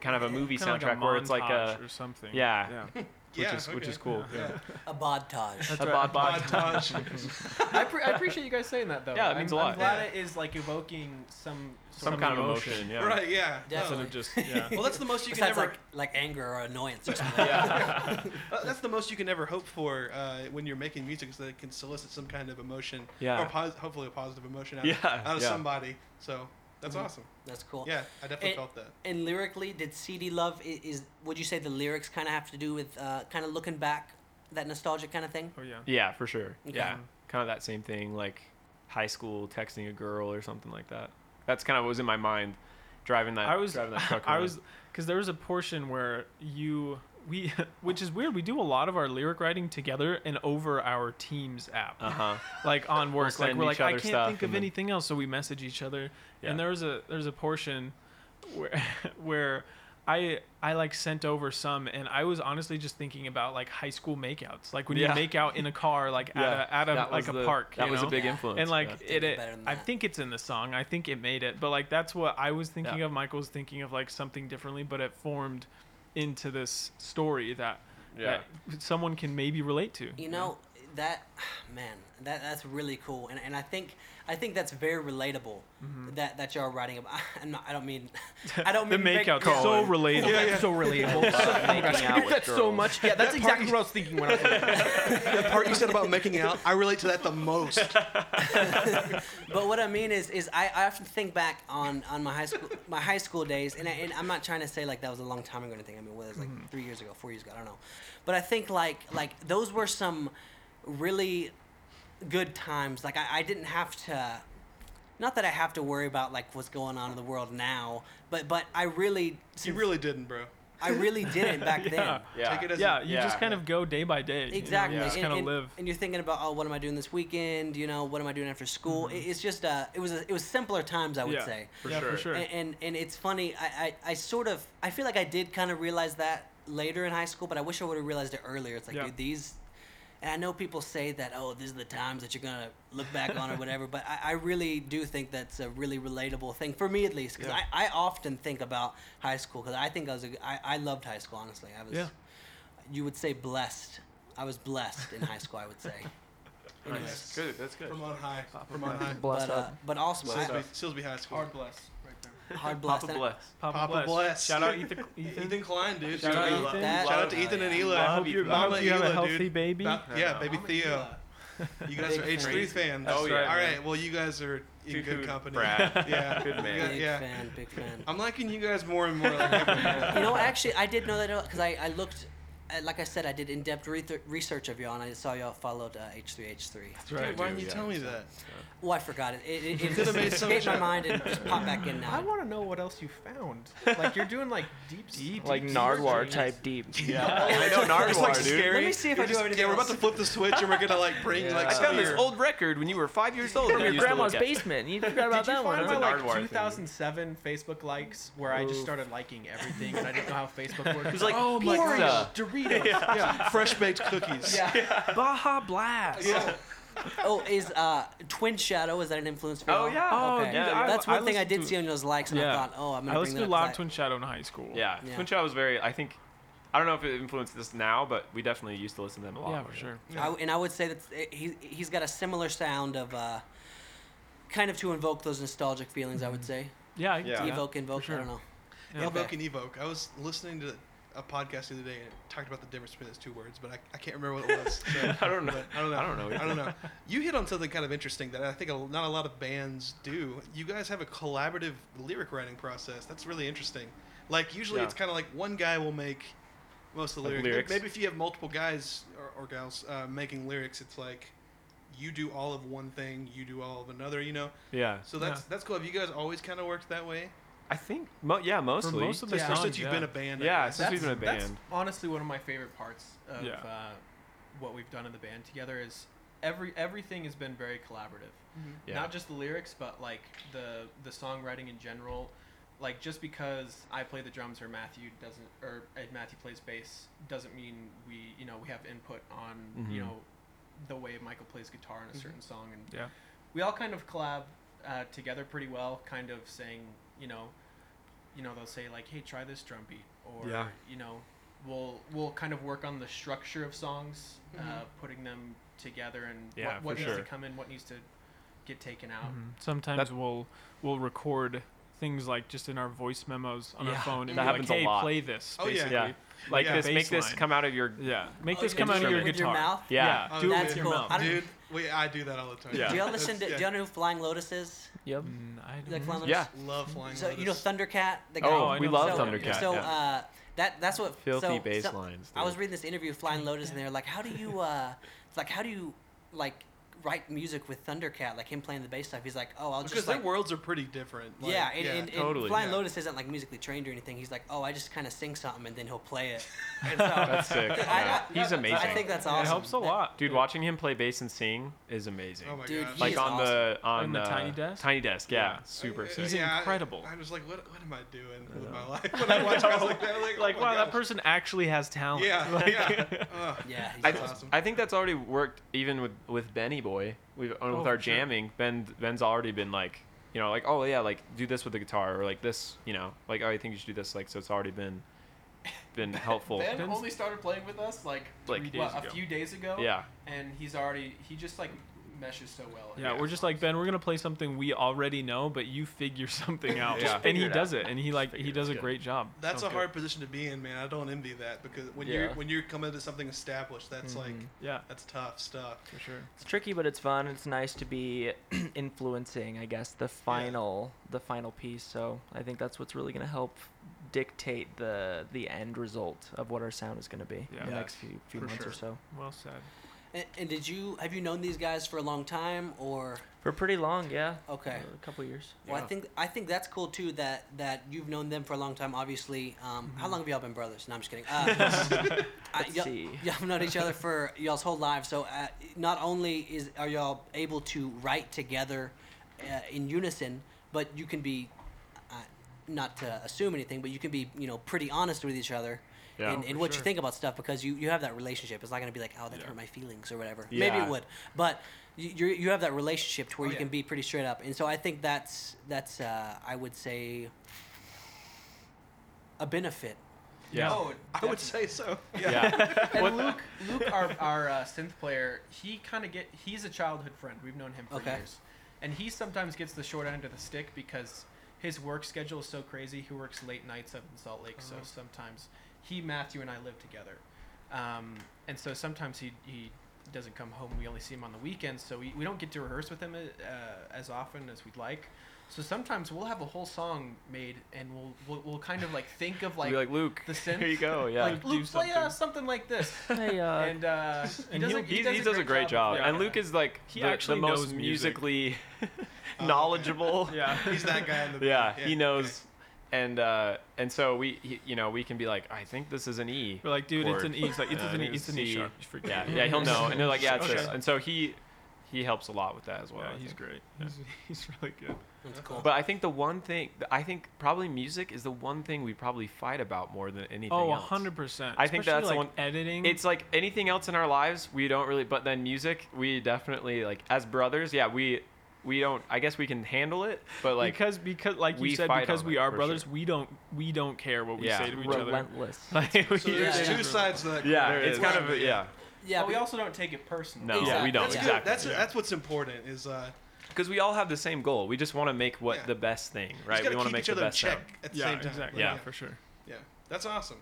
kind of a Yeah, movie Kinda soundtrack like a where it's like a montage or something. yeah. yeah. which Yeah, is which is okay. cool. Yeah. a bodtage A bod bod. Montage. I, pre- I appreciate you guys saying that though. Yeah, it means I'm, a I'm lot. glad Yeah. it is like evoking some Some kind of emotion. emotion. Yeah. Right. Yeah. No. Instead Definitely. of just yeah. Well, that's the most you can Besides, ever. like like anger or annoyance or something. yeah. Uh, That's the most you can ever hope for uh, when you're making music, is that it can solicit some kind of emotion, Yeah. or pos- hopefully a positive emotion out, Yeah, out of yeah. somebody. So that's Mhm. awesome. That's cool. Yeah, I definitely It- felt that. And lyrically, did CD Love i- is would you say the lyrics kind of have to do with uh, kind of looking back, that nostalgic kind of thing? Oh yeah. Yeah, for sure. Okay. Yeah. Kind of that same thing, like high school texting a girl or something like that. That's kind of what was in my mind, driving that. I was driving that truck. I around. was because there was a portion where you we which is weird. We do a lot of our lyric writing together and over our Teams app, Uh-huh. like on work. like send we're each like I other can't stuff think of and then- anything else, so we message each other. Yeah. And there was a there's a portion where where I I like sent over some, and I was honestly just thinking about like high school makeouts, like when Yeah. you make out in a car, like Yeah, at a, at that a like was a the- park. That you was know? a big Yeah. influence. and like yeah. it, Did it better than I that. think it's in the song. I think it made it, but like that's what I was thinking Yeah. of. Michael was thinking of like something differently, but it formed into this story that Yeah. that someone can maybe relate to. You know that man, that that's really cool, and, and I think I think that's very relatable that that y'all are writing about. I'm not, I don't mean I don't the mean make- makeout yeah. so Colin. relatable. that's so relatable. making out with that's so girls. much. Yeah, that's exactly what I was thinking when I was. Like, The part you said about making out, I relate to that the most. But what I mean is, is I, I often think back on, on my high school my high school days, and, I, and I'm not trying to say like that was a long time ago or anything. I mean, whether it's like Mm-hmm. three years ago, four years ago, I don't know. But I think like like those were some really good times. Like I, I didn't have to, not that I have to worry about like what's going on in the world now, but but I really you really didn't, bro. I really didn't back Yeah. then. Yeah. Take it as a- Yeah, you Yeah. just kind of go day by day. you know, Exactly. You just And- kind of and- live. And you're thinking about, oh, what am I doing this weekend? You know, what am I doing after school? It- It's just, uh, it was, a, it was simpler times, I would Mm-hmm. yeah. say. For yeah, sure. for sure. And, and and it's funny. I, I I sort of I feel like I did kind of realize that later in high school, but I wish I would have realized it earlier. It's like Yeah. dude, these. And I know people say that, oh, these are the times that you're gonna look back on or whatever, but I, I really do think that's a really relatable thing for me at least, because Yeah. I, I often think about high school because I think I was a g I I loved high school honestly. I was, Yeah. you would say blessed. I was blessed in high school. I would say. Anyways, That's good. That's good. From on high. From on high. Blessed But uh, up. but also Silsby, I, Silsby High School. Hard bless. Right there. hard blessed. Papa And I- bless. Papa, Papa bless. bless. Shout out Ethan. Ethan. Ethan Klein, dude. Shout out Shout Ethan. out- shout out to Love Ethan and that. Eli. I hope, you, I Mama hope you have a Ela, healthy dude. baby. Ba- yeah, baby Mama Theo. Ela. You guys are Big H3 fans. That's Oh, right, All man. right, well, you guys are in Dude, good dude, company. Brad. Yeah. Good man. You guys- Big yeah. fan, big fan. I'm liking you guys more and more. Like, you know, actually, I did know that because I, I looked, uh, like I said, I did in-depth reth- research of y'all, and I saw y'all followed uh, H3H3. That's dude, right. why dude, didn't you yeah. tell me that? Well, Oh, I forgot it. It, it, it could have made just so much escaped my out. mind and just popped back in I now. want to know what else you found. Like you're doing like deep, deep Like Nardwar type deep. Yeah. I know It's like Nardwar, dude. scary. Let me see if You're I do just- anything Yeah, we're about else. to flip the switch and we're gonna like bring Yeah. like. I found this some- old record when you were five years old. From your grandma's basement. You forgot about Did you that one. find huh? my That's a Nardwar like thing. 2007 Facebook likes where I just Oof. started liking everything and I didn't know how Facebook worked? It was like uh, oh my pizza. gosh, Doritos. Yeah, fresh baked cookies. Yeah. Baja Blast. Yeah. Oh, is uh, Twin Shadow, is that an influence for Oh, y'all? yeah. Oh, Okay. dude, I- That's one I thing I listened did to- see on those likes, and I Yeah. thought, oh, I'm going to bring I listened that to up. Loud 'cause Twin Shadow in high school. Yeah. Yeah. Twin Shadow was very. I think. I don't know if it influenced this now, but we definitely used to listen to them a lot. Yeah, for sure. I, I- and I would say that it- he, he's got a similar sound of, uh, kind of to invoke those nostalgic feelings, I would say. Yeah. I- Mm-hmm. yeah. Yeah. Evoke, invoke, sure. I don't know. Okay. Yeah. Evoke and evoke. I was listening to a podcast the other day and it talked about the difference between those two words, but I, I can't remember what it was. so- I don't know. but I don't know. I don't know I don't know. You hit on something kind of interesting that I think a, not a lot of bands do. You guys have a collaborative lyric writing process. That's really interesting. Like usually Yeah. it's kind of like one guy will make most of the Like lyrics. lyrics. Maybe if you have multiple guys or, or gals uh, making lyrics, it's like you do all of one thing, you do all of another. You know. Yeah. So that's that's cool. Have you guys always kind of worked that way? I think. Mo- yeah, mostly. For most of the Especially songs, since you've yeah. been a band. I Yeah, guess. Since we've been a that's band. honestly one of my favorite parts of Yeah. uh, what we've done in the band together is every everything has been very collaborative. Yeah. Not just the lyrics, but like the the songwriting in general. Like just because I play the drums or Matthew doesn't or uh, Matthew plays bass doesn't mean we you know we have input on you Mhm. know the way Michael plays guitar in a certain song and Yeah. we all kind of collab uh, together pretty well, kind of saying, you know, you know, they'll say like, "Hey, try this drum beat," or Yeah. you know, we'll we'll kind of work on the structure of songs, uh, putting them together, and Yeah, what, what for needs sure. to come in, what needs to get taken Mm-hmm. out. Mm-hmm. Mhm. Sometimes we'll we'll record things like just in our voice memos on our Yeah, phone and that be like, happens a hey, lot. play this. Oh, yeah. basically. Yeah. Like Yeah, this. Make this baseline. come out of your. Yeah. Make Oh, this you come can out of do your it with your guitar. mouth? Yeah. Oh, Do it that's with your cool. mouth. I don't- Dude, we, I do that all the time. Yeah. Do y'all listen to? That's- Do y'all know who Flying Lotus is? Yep. Mm, I You like don't- Flying Lotus? Yeah. Love flying. So you know Lotus. Thundercat. The guy Oh, I we know love so, Thundercat. So yeah. uh, that that's what Filthy so, bass so- lines, I was dude. reading this interview of Flying Lotus, and they're like, "How do you uh, it's like how do you like write music with Thundercat, like him playing the bass stuff. He's like, oh, I'll because just their like worlds are pretty different. Like, yeah, and, and, and totally, Flying yeah. Lotus isn't like musically trained or anything. He's like, oh, I just kind of sing something and then he'll play it. And so That's sick. Yeah. He's amazing. I think that's awesome. It helps a That- lot. Dude, watching him play bass and sing is amazing. oh my Dude, god, he like is on the on, On the uh, Tiny Desk? Tiny Desk, yeah, Yeah. super Uh, sick. He's yeah, I- incredible. I, was like, what, what am I doing with my life? When I watch guys like that, I'm like, Like, oh my wow, that gosh. person actually has talent. Yeah, Like- yeah. Ugh. Yeah, he's I, awesome. awesome. I think that's already worked even with with Benny Boy. We've uh, Oh, with our for sure. jamming. Ben Ben's already been like, you know, like oh yeah, like do this with the guitar or like this, you know, like oh I think you should do this. Like so, it's already been been helpful. Ben Ben's- only started playing with us like, Like, what, Three days a ago. few days ago. yeah, And he's already he just like meshes so well. Yeah, we're just like Ben. We're gonna play something we already know, but you figure something out. Just and he figure it does out. it, and he like Figure he it does a out. great job. That's So a good. hard position to be in, man. I don't envy that because when you're Yeah. when you're coming to something established, that's like Mm-hmm. Mhm. Yeah, that's tough stuff. for sure. It's tricky, but it's fun. It's nice to be influencing, I guess, the final the final piece. So I think that's what's really gonna help dictate the the end result of what our sound is gonna be Yeah. in the Yeah. next few few For months sure. or so. Well said. And, and did you have you known these guys for a long time or For pretty long, yeah. okay? Uh, a couple years. Well, I Yeah. think I think that's cool too. That that you've known them for a long time. Obviously, um, how long have y'all been brothers? No, I'm just kidding. Uh, I, Let's y'all, see. y'all known each other for y'all's whole lives. So uh, not only is are y'all able to write together uh, in unison, but you can be uh, not to assume anything, but you can be you know pretty honest with each other. Yeah. and, Oh, and for what you sure. think about stuff because you, you have that relationship. It's not going to be like, oh, that hurt my feelings or whatever. Maybe Yeah. it would, but you you're, you have that relationship to where Oh, you yeah. can be pretty straight up. And so I think that's that's uh, I would say a benefit. yeah, Oh, I would say so. Yeah. yeah. And Luke, Luke, our our uh, synth player, he kind of get he's a childhood friend. We've known him for Okay. years, and he sometimes gets the short end of the stick because his work schedule is so crazy. He works late nights up in Salt Lake, so sometimes he, Matthew, and I live together, um, and so sometimes he he doesn't come home. We only see him on the weekends, so we, we don't get to rehearse with him uh, as often as we'd like. So sometimes we'll have a whole song made, and we'll we'll, we'll kind of like think of Like, like. like Luke, the synth. here you go. Yeah, Like, do Luke, play something. uh, something like this Hey, uh, and uh, he, and does he'll- a, he, he, does, a great job. job. And Luke is like He the, the actually most knows music. musically Oh, knowledgeable. Yeah. He's that guy in the yeah, back. he knows. And uh, and so we, he, you know, we can be like, I think this is an E. We're like, dude, it's chord. an E. He's like, it's Uh, an E. it's It's an C. E sharp. You forget Yeah, it. yeah, he'll know. And they're like, yeah, it's this. Okay. And so he he helps a lot with that as well. Yeah, I he's think. great. Yeah. He's, he's really good. That's cool. But I think the one thing I think probably music is the one thing we probably fight about more than anything. Oh, else. hundred percent. I think that's the like one- editing. It's like anything else in our lives, we don't really. But then music, we definitely like as brothers. Yeah, we we don't. I guess we can handle it, but like because because like we you said, fight because on we it, are for brothers, sure. we don't we don't care what we Yeah. say to each other. relentless. Like, So we- there's Yeah. two sides to that. yeah, coin. it's kind of a, yeah. yeah, but we but- also don't take it personally. No, yeah, we Exactly. don't That's exactly. good. That's yeah. that's what's important. Is uh, Because we all have the same goal. We just want to make what Yeah. the best thing, right? right? We want keep to make each the other in best check sound. at the yeah, same time. exactly. Like, Yeah. Yeah. for sure. yeah, that's awesome.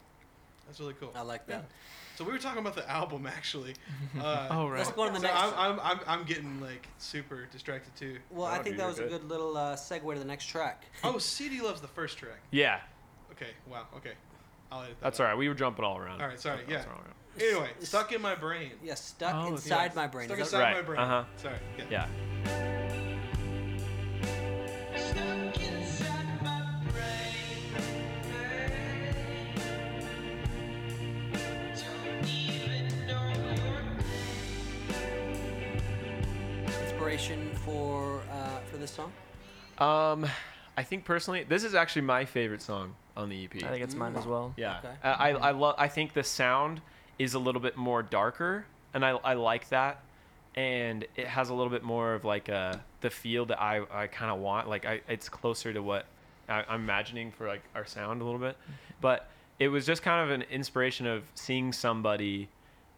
That's really cool. I like that. So we were talking about the album actually. Uh, Oh right. Let's go to the so next. I'm, I'm I'm I'm getting like super distracted too. well, I Oh, think dude, that you're was a good. good little uh, segue to the next track. Oh, CD loves the first track. Yeah, Okay, wow. Okay, I'll edit that. that's all out. right. We were jumping all around. All right, sorry, That's yeah. all right. Anyway, stuck in my brain. Yeah, stuck Oh, inside yeah. my brain. Stuck Is inside that- right? my brain. Uh-huh. Sorry. Yeah. Yeah. inspiration for uh, for this song? Um, I think personally, this is actually my favorite song on the E EP. I think it's mine as well. yeah, Okay. I I, I love. I think the sound is a little bit more darker, and I I like that. And it has a little bit more of like uh the feel that I I kind of want. Like I, it's closer to what I, I'm imagining for like our sound a little bit. But it was just kind of an inspiration of seeing somebody,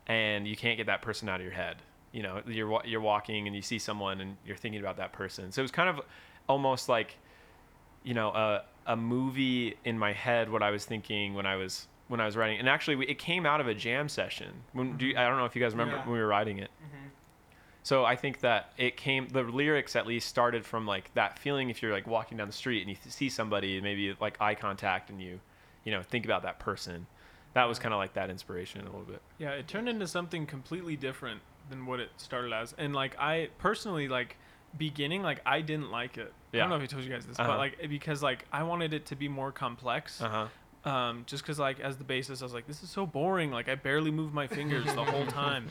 and you can't get that person out of your head. You know, you're wa- you're walking and you see someone and you're thinking about that person. So it was kind of almost like you know a a movie in my head what I was thinking when I was when I was writing and actually we, it came out of a jam session when do you, I don't know if you guys remember Yeah. when we were writing it so I think that it came the lyrics at least started from like that feeling if you're like walking down the street and you see somebody maybe like eye contact and you you know think about that person that was kind of like that inspiration a little bit Yeah, it turned into something completely different than what it started as. And like I personally like beginning like I didn't like it. I Yeah. don't know if I told you guys this, Uh-huh. but like because like I wanted it to be more complex. Uh huh. Um, just because like as the bassist, I was like, this is so boring. Like I barely move my fingers the whole time.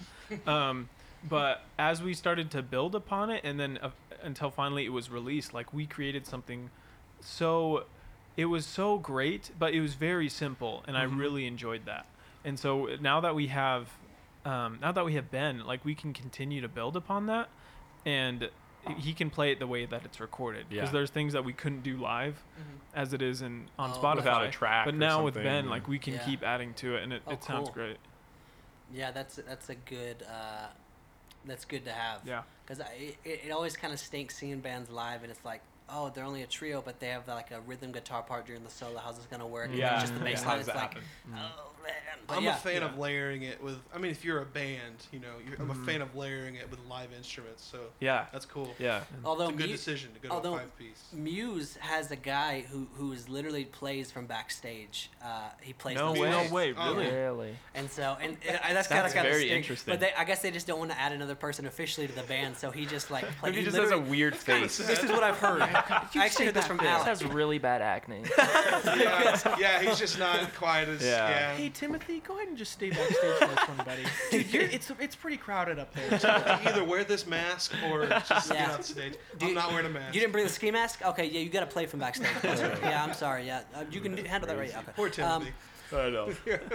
Um, but as we started to build upon it, and then uh, until finally it was released, like we created something so it was so great, but it was very simple, and I really enjoyed that. And so now that we have, um, now that we have Ben, like we can continue to build upon that, and he can play it the way that it's recorded because Yeah. there's things that we couldn't do live as it is in on Oh, Spotify Without a track But or now with something, Ben, yeah. like we can Yeah. keep adding to it, and it, Oh, it sounds cool. great. Yeah, that's that's a good uh, that's good to have. Yeah. Because it, it always kind of stinks seeing bands live and it's like, oh, they're only a trio, but they have like a rhythm guitar part during the solo. How's this gonna work? And then Yeah. Just the Yeah. bass How line. does It's that like, happen? oh man. But I'm yeah. a fan of Yeah. layering it with. I mean, if you're a band, you know, you're, I'm Mm-hmm. a fan of layering it with live instruments. So Yeah. that's cool. Yeah. Although it's a good mu- decision to go although- to a five piece. Muse has a guy who who is literally plays from backstage. Uh, he plays. No those way. songs. No way, Oh, really. Really? And so, and, and I- that's kind of That's kind of very sting. interesting. But they, I guess they just don't want to add another person officially to the band, so he just like played. Maybe he just has a weird face. this is what I've heard. I actually heard this from This Alex. has really bad acne. yeah, yeah, he's just not quiet as. Yeah. Yeah. Hey Timothy, go ahead and just stay backstage for this one, buddy. Dude, you're, it's it's pretty crowded up there. Either wear this mask or just get Yeah. on stage. Do I'm you- not wearing a mask. You didn't bring the ski mask? Okay, yeah, you got to play from backstage. That's right. Yeah, I'm sorry. Yeah, uh, you can do, handle that right. Okay. Poor Um, Timothy. I know.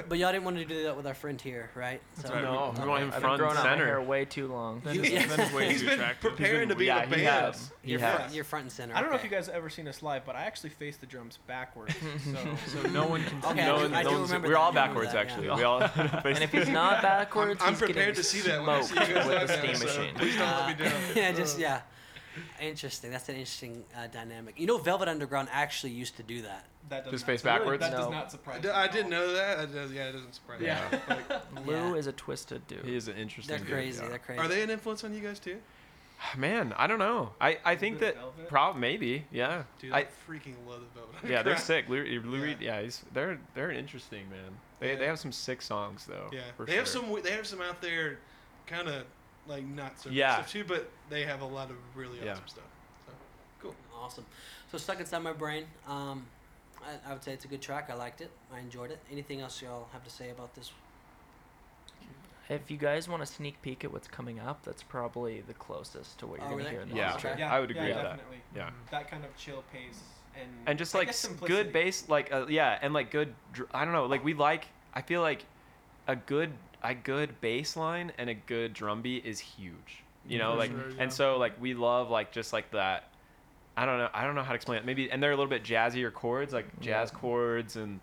but y'all didn't want to do that with our friend here, right? So, right. No, we Okay. want him I've been front growing and out my hair center. way too long. Ben You- is- yeah. Ben is way He's too been attractive. He's preparing to be yeah, in a he band. has. He you're, has. front, you're front and center. I don't know if okay. you guys have ever seen us live, but I actually face the drums backwards. So, So no one can. Okay, no, I do- one- I do no one's- remember we're that. all I remember backwards that, actually. yeah. We all. And if he's not I'm, backwards, I'm he's getting prepared to see that when I see you smoked guys with live the now, steam so machine. Please don't let me Uh, down. yeah, just yeah. Interesting. That's an interesting uh, dynamic. You know, Velvet Underground actually used to do that. that does Just not face really- backwards? that does No. not I surprise d- me I at didn't all. know that. I does, yeah, it doesn't surprise me. Yeah. Like, Lou Yeah. is a twisted dude. He is an interesting. They're dude, crazy. yeah. They're crazy. are they an influence on you guys too? Man, I don't know. I, I think The that Velvet? prob maybe yeah. Dude, I, I freaking love the Velvet. yeah they're Underground. sick. Lou, Lou Yeah. Reed yeah he's they're they're interesting man. They Yeah. they have some sick songs though. Yeah, for they have sure. some. we- They have some out there, kind of like not so Yeah. stuff too, but they have a lot of really awesome Yeah. stuff. So cool. Awesome. So stuck inside my brain. Um, I, I would say it's a good track. I liked it. I enjoyed it. Anything else y'all have to say about this? If you guys want a sneak peek at what's coming up, that's probably the closest to what you're Oh, gonna really? hear in the Yeah. last track. I would agree yeah, with that. definitely. Mm, yeah. That kind of chill pace and and just I like guess s- simplicity. good bass like uh, yeah and like good dr- i don't know like we like i feel like a good a good bass line and a good drum beat is huge you know For like sure, yeah. and so like we love like just like that i don't know i don't know how to explain it maybe and they're a little bit jazzier chords like jazz chords and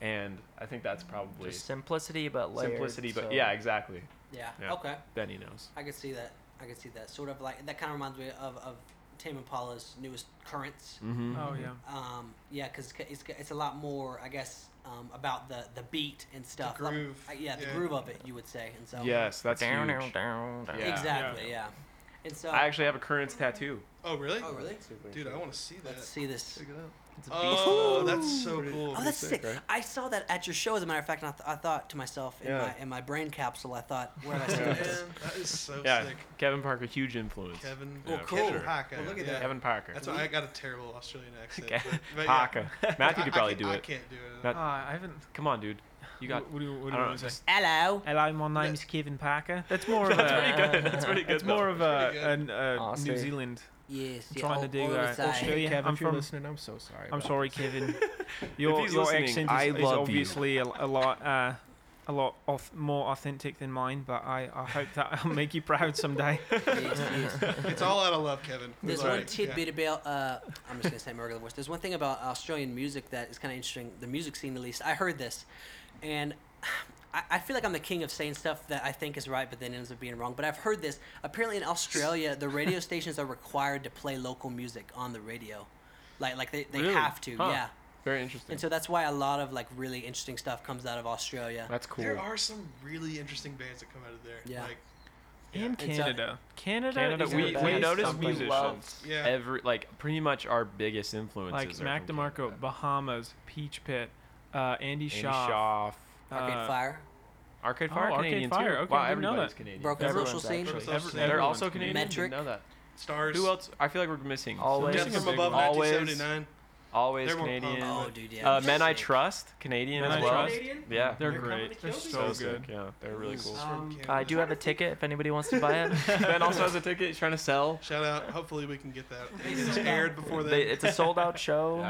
and i think that's probably Just simplicity, but layered. simplicity but so- yeah exactly Yeah. Yeah. Okay. benny knows I could see that. I could see that. Sort of like that. Kind of reminds me of of Tame Impala's newest currents. mm-hmm. Oh yeah. Um, yeah, because it's, it's a lot more, I guess, um, about the, the beat and stuff. Lot- groove, uh, yeah, the yeah. groove of it, you would say. And so yes that's Down, down, huge. down, down. Yeah. Exactly. Yeah. And so i actually have a currents tattoo Oh really? Oh really? Dude, I want to see that. Let's see this. It's a Oh, that's so cool. Oh, that's sick! sick, right? I saw that at your show. As a matter of fact, and I, th- I thought to myself in Yeah. my in my brain capsule, I thought, where have I seen Man, this? that is so yeah sick. kevin parker huge influence Kevin. Yeah, Kevin for sure. Haka, Well, look at yeah. that. kevin parker That's why I got a terrible Australian accent. Okay. but- but yeah. Haka. Matthew I- could I probably can't- do I it. can't do it. That- Uh, I haven't. Come on, dude. You got. What, do you what do I don't you want know, to say? just- Hello. Hello, my That- name's Kevin Parker. That's more of That's a. pretty good. That's pretty good. That's more of a, Pretty good. an, uh, New Aussie. Zealand. Yes. I'm trying to do that. that. Australia, I'm Kevin, if you're from- listening, I'm so sorry. I'm about sorry, Kevin. Your, he's your listening, accent is, I is love you. obviously a, a lot, uh, a lot of, more authentic than mine. But I, I hope that I'll make you proud someday. Yes, yes. It's all out of love, Kevin. We There's love one it. tidbit about uh, I'm just gonna say my regular voice. There's one thing about Australian music that is kind of interesting. The music scene, at least, I heard this, and I, I feel like I'm the king of saying stuff that I think is right, but then ends up being wrong. But I've heard this. Apparently, in Australia, the radio stations are required to play local music on the radio, like like they, they Really? have to, Huh. yeah. Very interesting. And so that's why a lot of like really interesting stuff comes out of Australia. That's cool. There are some really interesting bands that come out of there. Yeah. Like, And It's, uh, Canada, Canada, Canada, is we- the we best notice something. we love- yeah. Every like pretty much our biggest influences. like are Mac from DeMarco, Canada. Bahamas, Peach Pit, uh, Andy, Andy Shaw, Schaaf. Arcade uh, Fire. Arcade Oh, Fire, Arcade Canadian Fire, too. okay, wow, didn't know everybody's that. Canadian. Broken Everyone's social scene. actually- Every- Social they're scene. also Canadian. Metric. Didn't know that. Stars. Who else? I feel like we're missing. Always. Death Missing a from big above, one. Always. 1979. Always They're more Canadian. punk. Oh, Yeah. dude, yeah. Uh, that's Men I sick. Trust, Canadian Men as I well. Trust. Yeah, They're They're coming great. to They're kill so me. good. sick. Yeah, they're really cool. Um, I do have a ticket if anybody wants to buy it. ben also has a ticket. He's trying to sell. Shout out. Hopefully we can get that. He's It's sold out. aired before They, then. it's a sold out show.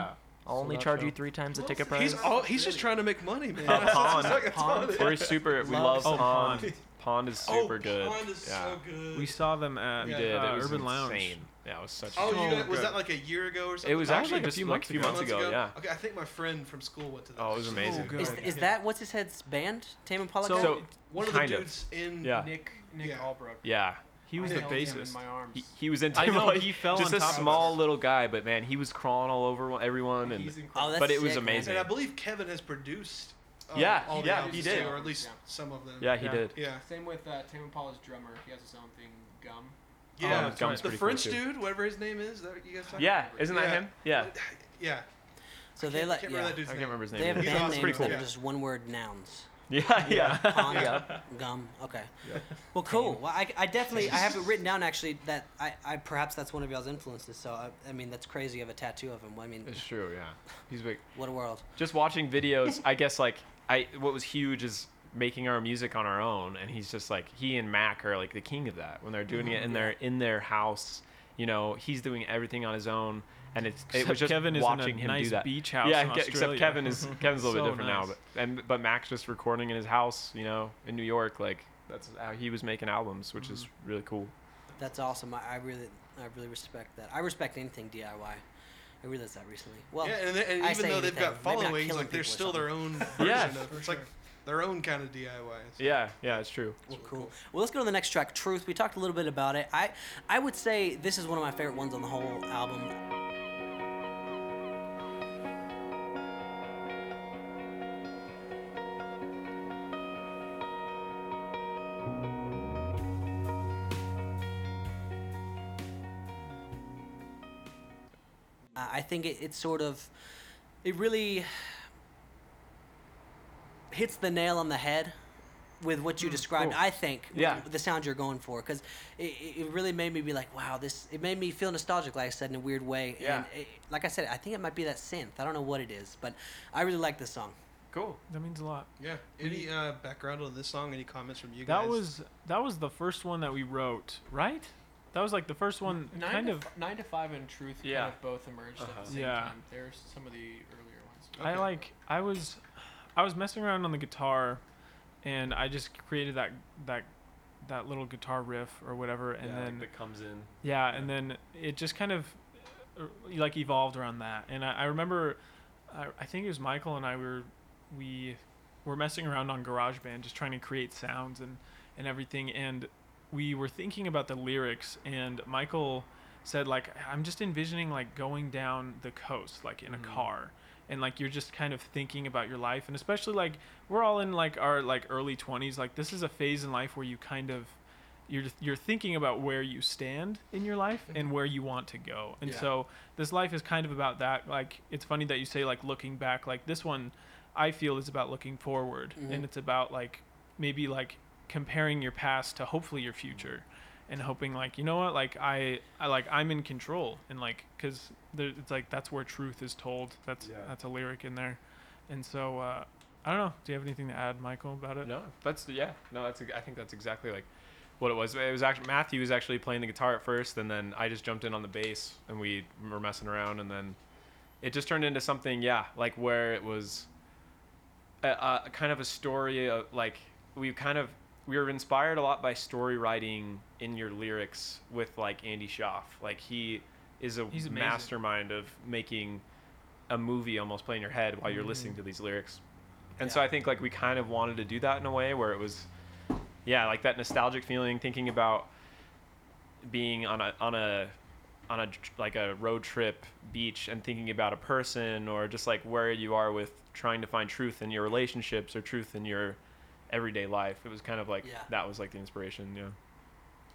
I'll only Sold-out charge show. you three times the ticket price. He's all, he's just trying to make money, man. Uh, That's Pond. like a ton of- We're super. We love Oh, Pond. Pond. Pond is Oh, super good. Pond is yeah. so good. We saw them at We uh, did. it was Urban insane. Lounge. Yeah, it was such. Oh, a you, Oh, was good. that like a year ago or something? It was That was actually like a just few like months a few ago. months ago. Yeah. Okay, I think my friend from school went to that. Oh, it was amazing. good. Is, is that what's his head's band? Tame Impala. guy? So one of kind the of. dudes in? Yeah. Nick Nick Yeah. Albrook. Yeah. He was I the held him in bassist. my arms. He, he was in. I know, like, he fell Just on a top of small us. little guy, but man, he was crawling all over one- everyone, and He's oh, incredible. that's but it was sick, man. amazing. And I believe Kevin has produced. uh, Yeah, all the yeah, albums he did. too, or at least Yeah. some of them. yeah, he Yeah. did. yeah, Same with uh, Tame Impala's drummer. He has his own thing, Gum. yeah. that's Gum's the Oh, pretty cool, French too. dude, whatever his name is, that you guys talking Yeah, isn't that Yeah. him? Yeah. about? yeah. So they Can't- like can't yeah. remember that I dude's can't name. remember his name. They have He's band awesome. names Pretty cool. that are Yeah. just one word nouns. Yeah, yeah. Pond, gum. Okay. Well, cool. Well, I, I definitely I have it written down actually that I, I perhaps that's one of y'all's influences. So I, I mean that's crazy. You have a tattoo of him. I mean, It's true. Yeah. He's big. what a world. Just watching videos. I guess like I what was huge is making our music on our own, and he's just like he and Mac are like the king of that when they're doing Mm-hmm. it in their in their house. You know, he's doing everything on his own, and it's it was Except just Kevin is in a watching him do nice that. beach house yeah, in ge- except Australia. Kevin is Kevin's a little So bit different now, nice. but and but Mac's just recording in his house. You know, in New York, like that's how he was making albums, which is Mm-hmm. really cool. That's awesome. I, I really I really respect that. I respect anything DIY. I realized that recently. Well, yeah, and, they, and I even say though they've anything. got Maybe not followings, killing like they're people or still their own version Yeah, of for it's like sure. their own kind of DIY. It's- Yeah, yeah, it's true. Well, really cool. cool. Well, let's go to the next track, Truth. We talked a little bit about it. I, I would say this is one of my favorite ones on the whole album. Uh, I think it, it sort of, it really hits the nail on the head with what you described. I think with Yeah. the sound you're going for because it, it- it really made me be like, wow, this. It made me feel nostalgic, like I said, in a weird way. Yeah. And it, like I said, I think it might be that synth. I don't know what it is, but I really like this song. Cool. That means a lot. Yeah. Any uh, background on this song? Any comments from you guys? That was that was the first one that we wrote, right? That was like the first one, Nine kind to of. f- nine to five and Truth Yeah. kind of both emerged Uh-huh. at the same Yeah. time. There's some of the earlier ones. I okay. like. I was, I was messing around on the guitar, and I just created that that that little guitar riff or whatever, and then that comes in. Yeah, and then it just kind of uh, like evolved around that. And I, I remember, I, I think it was Michael and I were we were messing around on GarageBand, just trying to create sounds and and everything. And we were thinking about the lyrics, and Michael said like, "I'm just envisioning like going down the coast, like in a car." And like you're just kind of thinking about your life, and especially like we're all in like our like early 20s. Like this is a phase in life where you kind of you're you're thinking about where you stand in your life and where you want to go. And Yeah. so this life is kind of about that. Like it's funny that you say like looking back. Like this one, I feel is about looking forward, and it's about like maybe like comparing your past to hopefully your future, and hoping like you know what like I I like I'm in control and like because it's like that's where truth is told. That's Yeah. that's a lyric in there, and so. uh I don't know. Do you have anything to add, Michael, about it? No, that's yeah. No, that's I think that's exactly like what it was. It was actually Matthew was actually playing the guitar at first, and then I just jumped in on the bass, and we were messing around, and then it just turned into something. Yeah, like where it was a, a kind of a story. Of, like we kind of we were inspired a lot by story writing in your lyrics with like Andy Schaff. Like he is a He's amazing. mastermind of making a movie almost play in your head while you're Mm. listening to these lyrics. And so I think like we kind of wanted to do that in a way where it was yeah, like that nostalgic feeling thinking about being on a on a on a tr- like a road trip beach and thinking about a person or just like where you are with trying to find truth in your relationships or truth in your everyday life. It was kind of like Yeah. that was like the inspiration, yeah.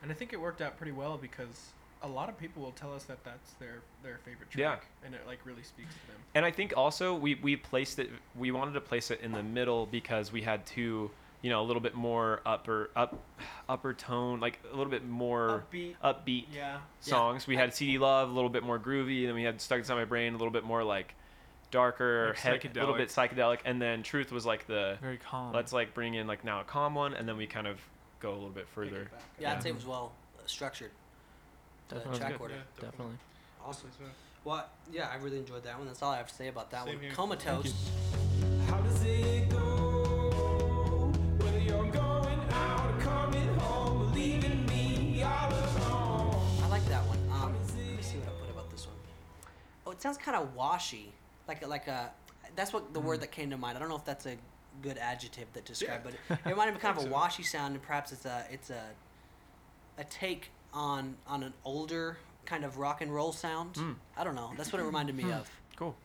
And I think it worked out pretty well because a lot of people will tell us that that's their their favorite Yeah. track, and it like really speaks to them. And I think also we, we placed it we wanted to place it in the middle because we had two you know a little bit more upper up upper tone, like a little bit more Upbeat. upbeat Yeah. songs. We had CD Love, a little bit more groovy, then we had Stuck Inside My Brain, a little bit more like darker, Like head- a little psychedelic. bit psychedelic, and then Truth was like the Very calm. let's like bring in like now a calm one, and then we kind of go a little bit Pick it further. back up. Yeah, Yeah. I'd say it was well uh, structured. The Definitely. track Good. order. Definitely. Awesome. Well, yeah, I really enjoyed that one. That's all I have to say about that Same one. here. Comatose. How does it go? Whether you're going out or coming home, leaving me all alone. I like that one. Um, let me see what I put about this one. Oh, it sounds kind of washy. Like a, like a. That's what the Mm. word that came to mind. I don't know if that's a good adjective that described, but it, it reminded me kind of a washy sound, and perhaps it's a it's a a take on on an older kind of rock and roll sound. Mm. I don't know. That's what it reminded Hmm. me of. Cool.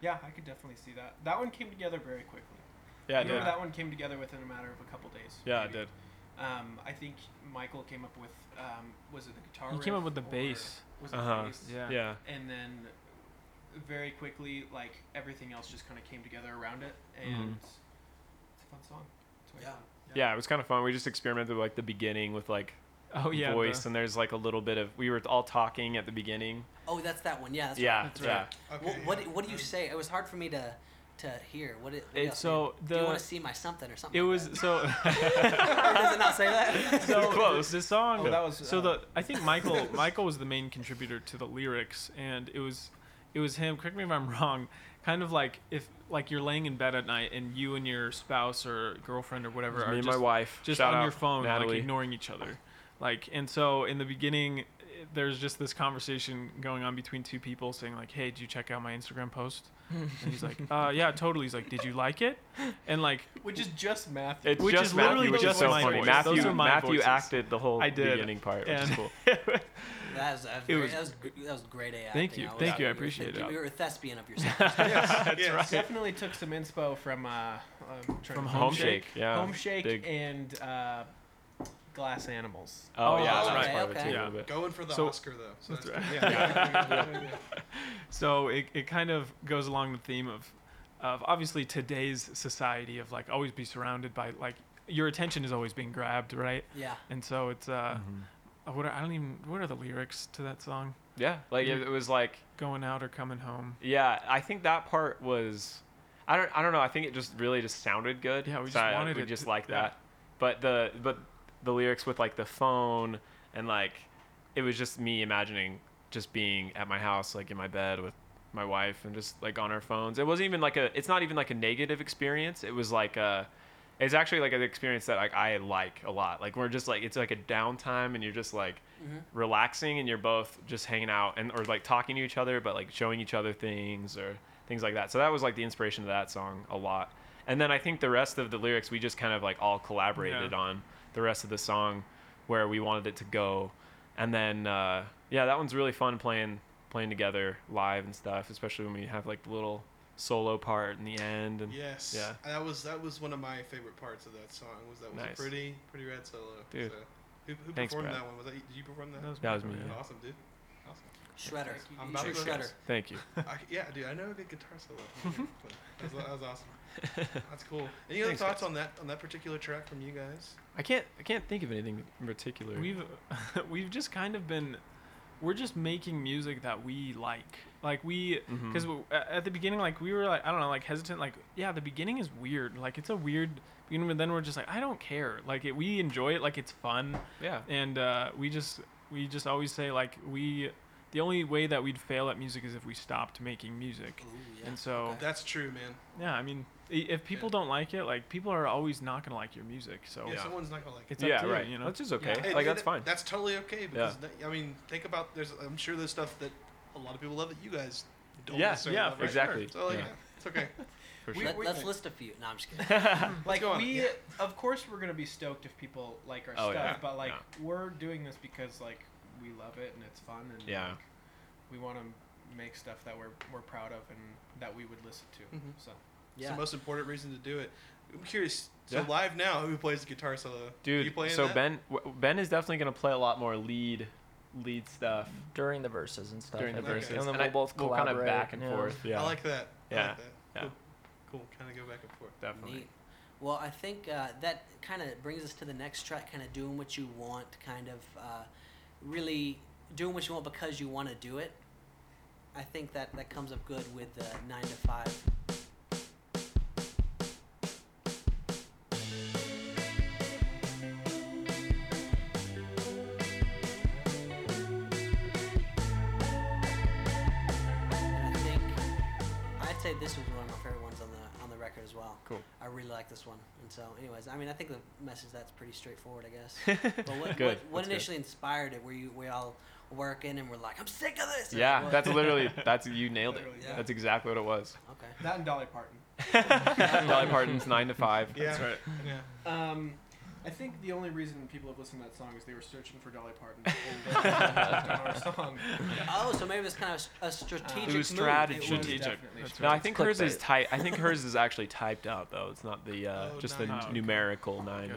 Yeah, I could definitely see that. That one came together very quickly. Yeah, I Remember did. that one came together within a matter of a couple days. Yeah, I maybe. did. Um, I think Michael came up with um, was it the guitar? He came up riff with the or bass. Was it Uh-huh. the bass? Yeah. Yeah. And then very quickly, like everything else just kind of came together around it, and Mhm. it's a fun song. It's way Yeah. fun. Yeah, it was kind of fun. We just experimented with like the beginning with like Oh yeah. voice, the- and there's like a little bit of we were all talking at the beginning. Oh, that's that one. Yeah. That's what- yeah, That's yeah. right. Okay, What, yeah. what what do you say? It was hard for me to to hear. What it. what It's else? so do you the- want to see my something or something? It like was that? so. or does it not say that? so Close. The song. Oh, that was, so uh, the I think Michael Michael was the main contributor to the lyrics, and it was it was him. Correct me if I'm wrong. Kind of like if like you're laying in bed at night and you and your spouse or girlfriend or whatever Just are me and just, my wife. just Shout on out, your phone Natalie. like ignoring each other, like and so in the beginning eh, there's just this conversation going on between two people saying like hey did you check out my instagram post and he's like uh yeah totally he's like did you like it and like Which is just Matthew. It's Which just is literally Matthew, which is just so my funny. voice. Matthew, Those are my Matthew voices. acted the whole I did. beginning part, which is And- cool. That was, that was, It very- was- that was gr- that was great AI. Thank you, thank you, I appreciate you, it. You were a thespian of yourself. Yes. Definitely took some inspo from uh, um, From Home Home Shake, yeah. Home Shake Big- and uh, Glass Animals. Oh, yeah, Oh, that's okay, part of it okay. too, a Yeah. little bit. Going for the So- Oscar though. So that's, That's good. right. Yeah. So it, it kind of goes along the theme of, of obviously today's society of like always be surrounded by like your attention is always being grabbed, right? yeah. And so it's uh, Mm-hmm. what are, I don't even what are the lyrics to that song? Yeah, like it, it was like Going out or coming home? yeah. I think that part was, I don't, I don't know. I think it just really just sounded good. Yeah, we so just I- wanted we it just to- like yeah. that. But the but the lyrics with like the phone and like it was just me imagining just being at my house, like in my bed with my wife and just like on our phones. It wasn't even like a. It's not even like a negative experience. It was like a. It's actually like an experience that like I like a lot. Like we're just like it's like a downtime and you're just like relaxing and you're both just hanging out and or like talking to each other but like showing each other things or things like that. So that was like the inspiration to that song a lot. And then I think the rest of the lyrics we just kind of like all collaborated Yeah. on the rest of the song where we wanted it to go. And then uh, yeah, that one's really fun playing playing together live and stuff, especially when we have like the little solo part in the end and Yes. Uh, Yeah. That was that was one of my favorite parts of that song. Was that was Nice. a pretty pretty rad solo. Dude. So, who who Thanks, performed Brad. that one? Was that you- did you perform that? That was, That was Michael, me, yeah. Awesome, dude. Awesome. Shredder. I'm about True to Shredder. thank you. I, yeah, dude, I know a good guitar solo. that, was, that was awesome. That's cool. Any other Thanks, thoughts guys. on that on that particular track from you guys? I can't I can't think of anything in particular. We've we've just kind of been we're just making music that we like. Like we Mhm. because at the beginning like we were like I don't know like hesitant like yeah the beginning is weird like it's a weird beginning but then we're just like I don't care like it, we enjoy it like it's fun yeah. and uh, we just we just always say like we the only way that we'd fail at music is if we stopped making music Ooh, yeah. and so That's true, man. yeah i mean i- if people Yeah. don't like it like people are always not gonna like your music so yeah, Oh, yeah. someone's not gonna like it. it's up yeah, to you, right. you know That's just okay. And- Like and that's it- fine. That's totally okay because th- I mean, think about there's I'm sure there's stuff that a lot of people love that you guys don't Yeah, necessarily yeah, love, for right? exactly. So like, Yeah. yeah, it's okay. For We- sure. Let, we- us list a few. No, I'm just kidding. Like go on. we, Yeah. of course, we're gonna be stoked if people like our Oh, stuff, yeah. but like Yeah. we're doing this because like we love it and it's fun and Yeah. like, we want to make stuff that we're we're proud of and that we would listen to. Mhm. So It's Yeah. the most important reason to do it. I'm curious. So Yeah. live now, who plays the guitar solo? Dude, you playing so that? Ben w- Ben is definitely gonna play a lot more lead lead stuff During the verses and stuff. during the I think. verses, And then and we'll I- both we'll kind collaborate. of back and yeah. forth. Yeah, I like that. I Yeah, like that. yeah. Cool. cool. Kind of go back and forth. definitely. Neat. Well, I think uh, that kind of brings us to the next track, kind of doing what you want, kind of uh, really doing what you want because you want to do it. I think that that comes up good with the nine to five. And I think I'd say this was one of my favorite ones on the on the record as well. Cool. I really like this one, and so, anyways, I mean, I think the message that's pretty straightforward, I guess. But what Good. what, what That's good. initially inspired it? Were you we all working and we're like, I'm sick of this. or Yeah, what? that's literally that's you nailed it. Literally, yeah. That's exactly what it was. okay. That and Dolly Parton. Dolly Parton's nine to five. Yeah. right. Yeah. Um, I think the only reason people have listened to that song is they were searching for Dolly Parton. and our song. Oh, so maybe it's kind of a strategic It was move. strategy. It was Strategic. definitely That's strategic. No, I think hers is clickbait. type. I think hers is actually typed out though. It's not the uh, Oh, just the nine. Oh, okay. numerical nine. Good.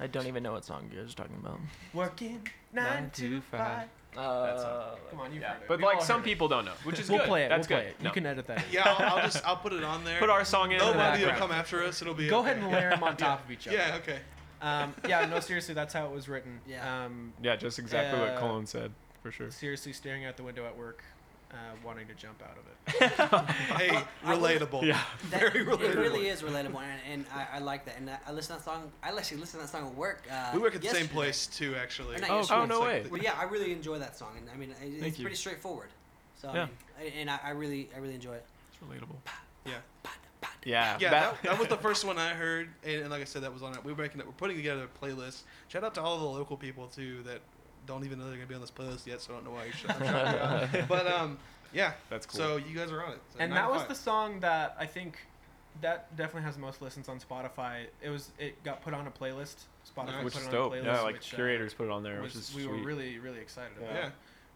I don't even know what song you guys are talking about. Working nine to five. Uh, Come on, you Yeah. heard it. But We've like all some heard it. people don't know, which is we'll good. play it. That's we'll good. play it. No. You can edit that. in. Yeah, I'll, I'll just I'll put it on there. put our song in. in the Nobody will background. come after us. It'll be Go okay. ahead and layer them on top of each other. Yeah. Okay. Um, yeah. No, seriously, that's how it was written. Yeah. Um, Yeah, just exactly what Uh, Colin said for sure. seriously, staring out the window at work, uh, wanting to jump out of it. Hey, I would- relatable. Yeah. That, Very It really relatable. is relatable, and, and I, I like that. And I, I listen to that song. I actually listen to that song at work. Uh, We work at the same yesterday. place too, actually. Or not Oh, yesterday, Oh no like way. the- Well, yeah, I really enjoy that song, and I mean, it, it's Thank you. pretty straightforward. So, I Yeah. mean, I- and I, I really, I really enjoy it. It's relatable. Yeah. Yeah. Yeah, that, that was the first one I heard, and, and like I said, that was on it. We were making it. We're putting together a playlist. Shout out to all the local people too that don't even know they're gonna be on this playlist yet, so I don't know why you should. I'm shouting you out. But um, yeah. That's cool. So you guys are on it. So and nine that to was five. the song that I think that definitely has the most listens on Spotify. It was it got put on a playlist. Spotify which put is it on dope. a playlist. Yeah, like which, uh, curators put it on there, was- which is we sweet. were really really excited about. Yeah.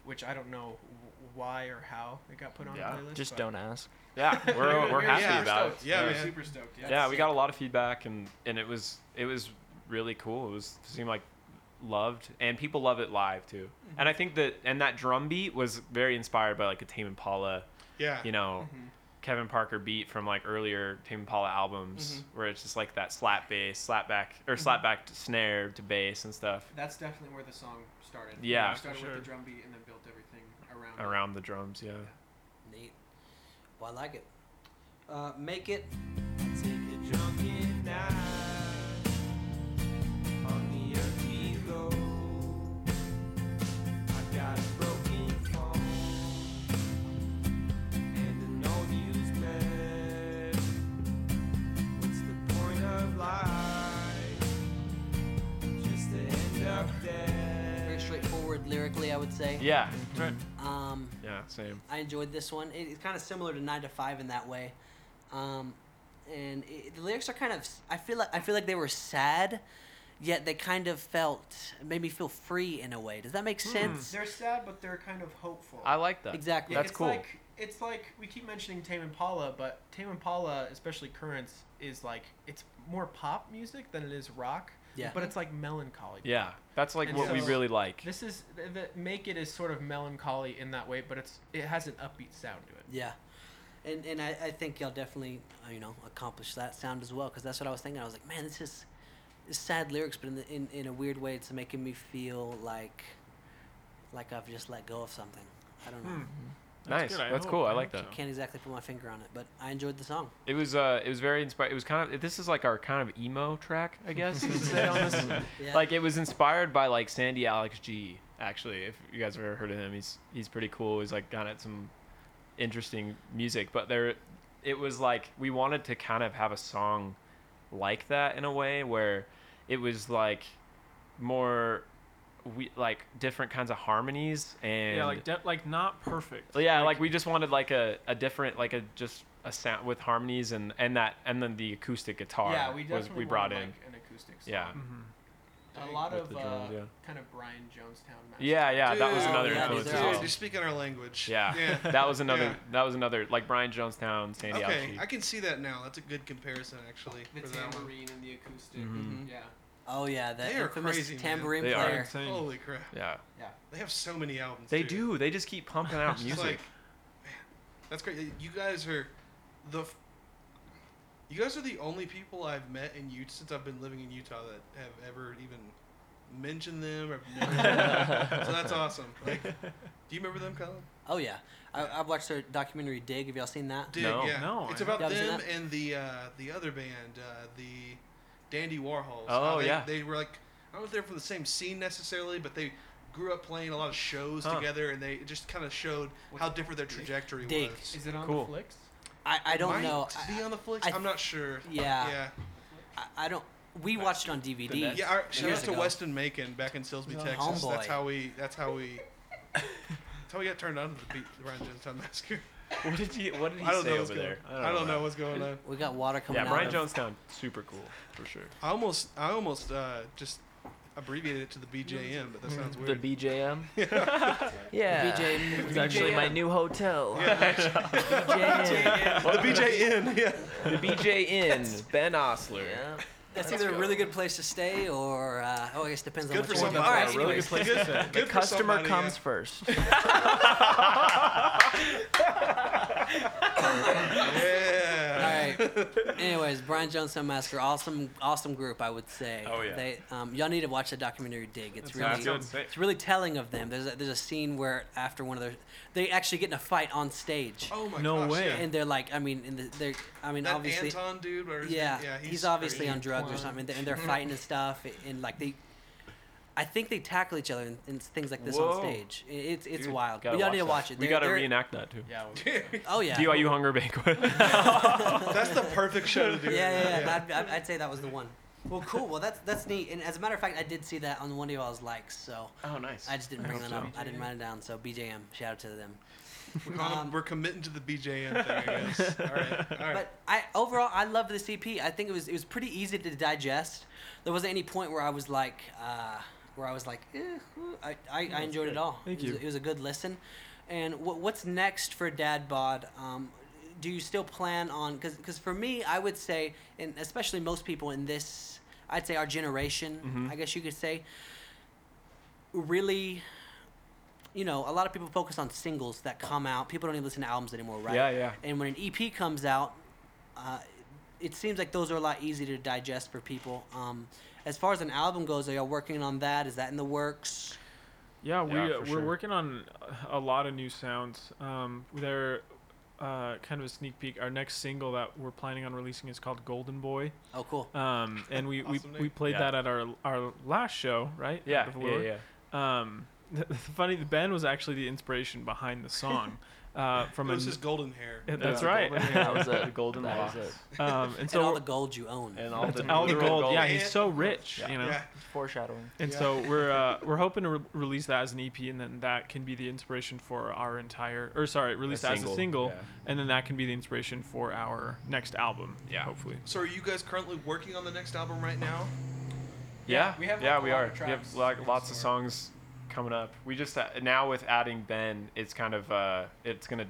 Which I don't know w- why or how it got put on Yeah. a playlist. just but- don't ask. yeah, we're, we're happy super about stoked. it. Yeah, we were man. super stoked. Yeah. yeah, we got a lot of feedback, and and it was it was really cool. It was seemed like loved, and people love it live too. Mm-hmm. And I think that and that drum beat was very inspired by like a Tame Impala, Yeah. you know, Mhm. Kevin Parker beat from like earlier Tame Impala albums, where it's just like that slap bass, slap back or slap back to snare to bass and stuff That's definitely where the song started. Yeah, We started for with sure. the drum beat and then built everything around. it. around the drums. Yeah, Neat. Well, I like it. Uh, make it. Take a drunken night. On the earth we go. I got a broken phone and an old used bed. What's the point of life? Just to end up Very dead. straightforward lyrically, I would say. yeah, Um, yeah, same. I enjoyed this one. It, it's kind of similar to Nine to Five in that way, um, and it, the lyrics are kind of. I feel like I feel like they were sad, yet they kind of felt made me feel free in a way. Does that make Hmm. sense? They're sad, but they're kind of hopeful. I like that. Exactly. That's it's cool. Like, it's like we keep mentioning Tame Impala, but Tame Impala, especially Currents, is like it's more pop music than it is rock. Yeah. But it's like melancholy. yeah, that's like And what we so- really like. This is th- the make it is sort of melancholy in that way, but it's it has an upbeat sound to it. Yeah, and and I, I think y'all definitely uh, you know accomplished that sound as well because that's what I was thinking. I was like, man, this is it's sad lyrics, but in, the, in in a weird way, it's making me feel like like I've just let go of something. I don't know. nice, good, I that's hope- cool. I, I like hope that. so. Can't exactly put my finger on it, but I enjoyed the song. It was uh, it was very inspired. It was kind of this is like our kind of emo track, I guess. you could say on this. Yeah. Like it was inspired by like Sandy Alex G. Actually, if you guys have ever heard of him, he's he's pretty cool. He's like got at some interesting music, but there, it was like we wanted to kind of have a song like that in a way where it was like more we like different kinds of harmonies and Yeah, like de- like not perfect. well, Yeah, like we just wanted like a, a different like a just a sound with harmonies and and that and then the acoustic guitar yeah, we was we definitely brought in. wanted, like, an acoustic. Song. yeah. mm-hmm. A lot With of the drums, uh, yeah. kind of Brian Jonestown. match. Yeah, yeah, that was Dude, another yeah, influence dude, as they're well. Dude, you're speaking our language. Yeah. Yeah. That was another Yeah. that was another like Brian Jonestown, Sandy Okay, Alchi. I can see that now. That's a good comparison, actually. The for that one. tambourine and the acoustic. Mm-hmm. Mhm. Yeah. oh yeah, that They are infamous crazy, man. tambourine They are. They're player. insane. Holy crap! Yeah. They have so many albums. They too. do. They just keep pumping out It's just music. like, man, that's great. You guys are the. f- You guys are the only people I've met in Utah since I've been living in Utah that have ever even mentioned them or known them. so that's awesome. Like, do you remember them, Colin? Oh yeah, I, I've watched their documentary Dig. Have y'all seen that? Dig, No. yeah. No, it's I about haven't. Yeah, I've them seen and the uh, the other band, uh, the Dandy Warhols. Oh, How they, yeah. They were like I don't know if they're from the same scene necessarily, but they grew up playing a lot of shows Huh. together, and they it just kind of showed What's how it- different their Dig? trajectory Dig. was. Is it on Cool. the flicks? I, I don't Might know. Be I, on the flicks. I- I'm not sure. Yeah. Yeah. I, I don't. We watched it on DVD. That's Yeah, our, shout years out to ago. Weston Macon back in Silsby, He's on Texas. Homeboy. That's how we. That's how we. That's how we got turned on to the beat, the Ryan Jonestown Massacre. What did you? What did he I don't say know what's over going. there? I don't, know. what's going on. We got water coming Yeah, out. Brian of- Jonestown, super cool for sure. I almost, I almost uh, just abbreviated it to the BJM, but that sounds The weird. BJM. yeah. BJ It's actually my BJM. new hotel. Yeah. the BJN, yeah. The BJ Inn. Ben Osler. Yeah. That's either a really good place to stay or uh, oh, I guess it depends Good on for what you want. somebody. to do. All right, Really anyways. Good, The good for customer somebody, comes yeah. first. All Yeah. right. Anyways, Brian Jonestown Massacre, awesome, awesome group, I would say. Oh, yeah. They, um, y'all need to watch the documentary Dig. It's really, Sounds good. Sick. it's really telling of them. There's a, there's a scene where after one of their, they actually get in a fight on stage, Oh my No gosh. way. Yeah. and they're like, I mean, in the, they're, I mean, that obviously, Anton dude, where is he? yeah, yeah, he's, obviously crazy. on drugs or something, and they're fighting and stuff, and like they. I think they tackle each other and, and things like this on Whoa. stage. It- It's it's Dude, wild. But gotta y'all need to that. watch it. We They're- got to they're- reenact that too. Yeah. we- Oh yeah. DIU Hunger Banquet. That's the perfect show to do. yeah, yeah, yeah. yeah. I'd, I'd- I'd say that was the one. Well, cool. Well, that's that's neat. And as a matter of fact, I did see that on one of y'all's likes, so oh, nice. I just didn't bring hope that so. up. I didn't write it down. So BJM, shout out to them. We're, calling- Um, we're committing to the BJN thing, I guess. All right, all right. But I overall, I love this EP. I think it was it was pretty easy to digest. There wasn't any point where I was like, uh, where I was like, eh, ooh. I, I, I enjoyed it all. Thank it was, you. It was a good listen. And what what's next for Dad Bod? Um, do you still plan on? Because for me, I would say, and especially most people in this, I'd say our generation, Mhm. I guess you could say, really. You know, a lot of people focus on singles that come out. People don't even listen to albums anymore, right? Yeah, yeah. And when an EP comes out, uh, it seems like those are a lot easier to digest for people. Um, as far as an album goes, are y'all working on that? Is that in the works? Yeah, we Yeah, uh, for we're sure. working on a lot of new sounds. Um, they're uh, kind of a sneak peek. Our next single that we're planning on releasing is called Golden Boy, Oh, cool. um, and we, Awesome we we name. played Yeah. that at our our last show, right? Yeah, Before we yeah, were- yeah. Um, funny, Ben was actually the inspiration behind the song. Uh, from it was an- his golden hair. Yeah, that's The right. golden- That was The it. golden That was locks. um, and and all so the gold you own. And all the, all the literal gold. Yeah, gold. he's so rich. Yeah. You know. Yeah. Foreshadowing. And Yeah. so we're uh, we're hoping to re- release that as an EP, and then that can be the inspiration for our entire, or sorry, release that as a single, yeah. and then that can be the inspiration for our next album. Yeah, hopefully. So are you guys currently working on the next album right now? Yeah, we have, yeah, like, a we lot are. of We have tracks like in lots of store. songs coming up. We just uh, now with adding Ben, it's kind of uh, it's gonna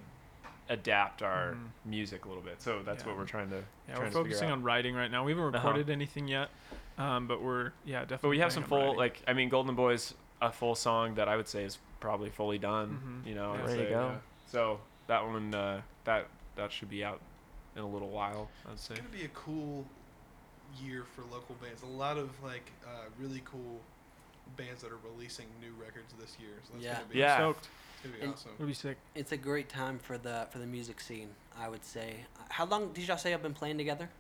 adapt our Mhm. music a little bit. So that's Yeah. what we're trying to. Yeah, trying we're to figure focusing out. on writing right now. We haven't Uh-huh. recorded anything yet, um, but we're yeah definitely. But we have some planning full on writing. like I mean, Golden Boy's a full song that I would say is probably fully done. Mhm. You know, Yeah. I'd Ready to say, go. yeah. So that one uh, that that should be out in a little while. I'd say. It's gonna be a cool year for local bands. A lot of like uh, really cool bands that are releasing new records this year. So that's Yeah. gonna be Yeah. stoked. it's gonna be And- awesome. It'll be sick. It's a great time for the for the music scene, I would say. How long did y'all say I've been playing together?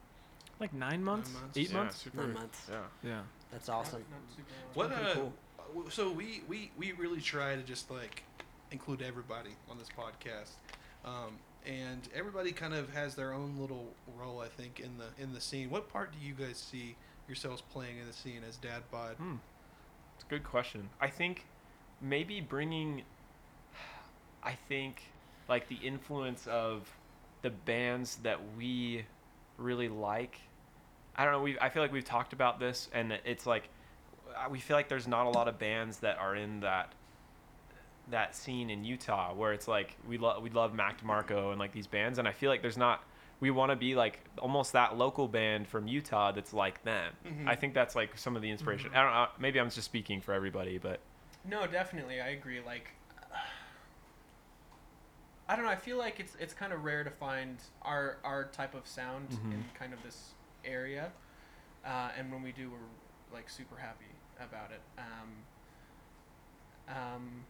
Like nine months, months. eight Yeah, months. super- Nine months. Yeah. Yeah. That's awesome. Not- not super long. What? been Uh, pretty cool. w- So we, we we really try to just like include everybody on this podcast, um, and everybody kind of has their own little role, I think, in the in the scene. What part do you guys see yourselves playing in the scene as Dad Bod? Hmm. It's a good question. I think maybe bringing, I think, like the influence of the bands that we really like. I don't know. We I feel like we've talked about this, and it's like I- we feel like there's not a lot of bands that are in that that scene in Utah where it's like we love we love Mac DeMarco and like these bands, and I feel like there's not. We want to be like almost that local band from Utah that's like them. Mhm. I think that's like some of the inspiration. I don't know. Maybe I'm just speaking for everybody, but No, definitely, I agree. Like, I don't know. I feel like it's it's kind of rare to find our our type of sound Mhm. in kind of this area, uh, and when we do, we're like super happy about it. Um, um,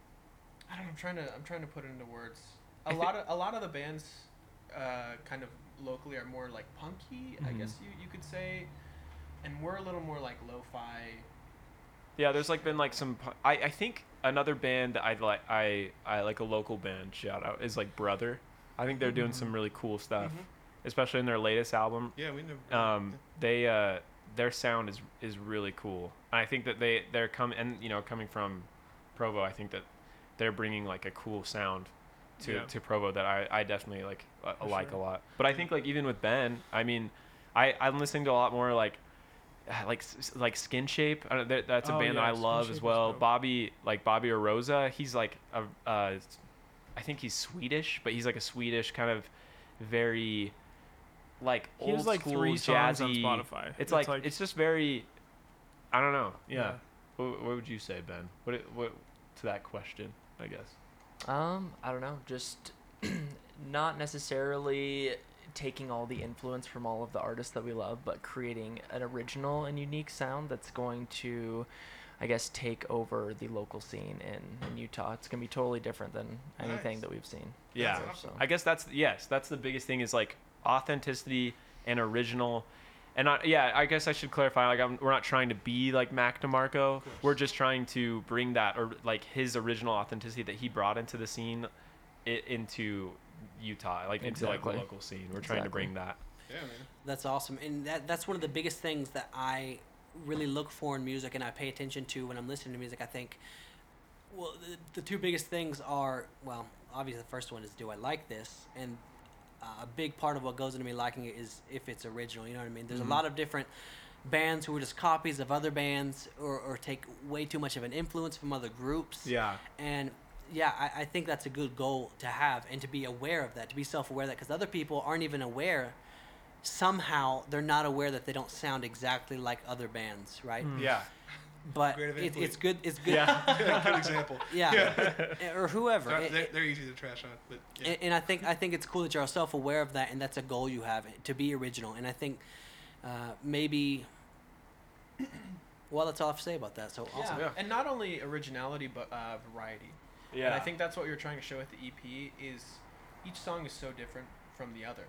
I don't. know, I'm trying to I'm trying to put it into words. A I thi- lot of a lot of the bands, uh, kind of locally, are more like punky. I Mhm. guess you you could say, and we're a little more like lo-fi. Yeah, there's like been like some. pu- I I think another band that I like I I like a local band shout out is like Brother. I think they're doing some really cool stuff, Mhm. especially in their latest album. Yeah, we never. Um, they uh their sound is is really cool. And I think that they they're coming and you know coming from Provo, I think that they're bringing like a cool sound to Yeah. to Provo that I I definitely like uh, For like sure. a lot. But I think like even with Ben, I mean, I I'm listening to a lot more like like s- s- like skin shape I don't, that, that's a Oh, band that yeah, i Skin love Shape as is well dope. bobby like bobby or rosa he's like a uh i think he's swedish but he's like a swedish kind of very like He old has like school three jazzy songs on Spotify. it's, like, it's just very i don't know yeah, What, what would you say ben what, it- what to that question i guess Um, I don't know, just not necessarily taking all the influence from all of the artists that we love, but creating an original and unique sound that's going to I guess take over the local scene in, in Utah. It's gonna be totally different than anything Nice. that we've seen. yeah before, awesome. so. I guess that's yes, that's the biggest thing is like authenticity and original. And I, yeah, I guess I should clarify. Like, I'm, we're not trying to be like Mac DeMarco. We're just trying to bring that or like his original authenticity that he brought into the scene, i into Utah, like into like the Exactly. local scene. We're trying to Exactly. bring that. yeah, man. That's awesome, and that that's one of the biggest things that I really look for in music, and I pay attention to when I'm listening to music. I think, well, the, the two biggest things are well, obviously the first one is do I like this, and uh, a big part of what goes into me liking it is if it's original. You know what I mean? There's a lot of different bands who are just copies of other bands or, or take way too much of an influence from other groups. Yeah. And yeah, I, I think that's a good goal to have and to be aware of that, to be self aware of that, because other people aren't even aware. Somehow they're not aware that they don't sound exactly like other bands, right? Yeah. But Great of it, influence. it's good. It's good. Yeah. Yeah. Good example. Or whoever. They're, It- they're, it- they're easy to trash on, but yeah. and, and I think I think it's cool that you're self aware of that, and that's a goal you have eh, to be original. And I think uh, maybe, well, that's all I have to say about that. So awesome. Yeah. Yeah. And not only originality, but uh, variety. And I think that's what we were trying to show with the EP is each song is so different from the other.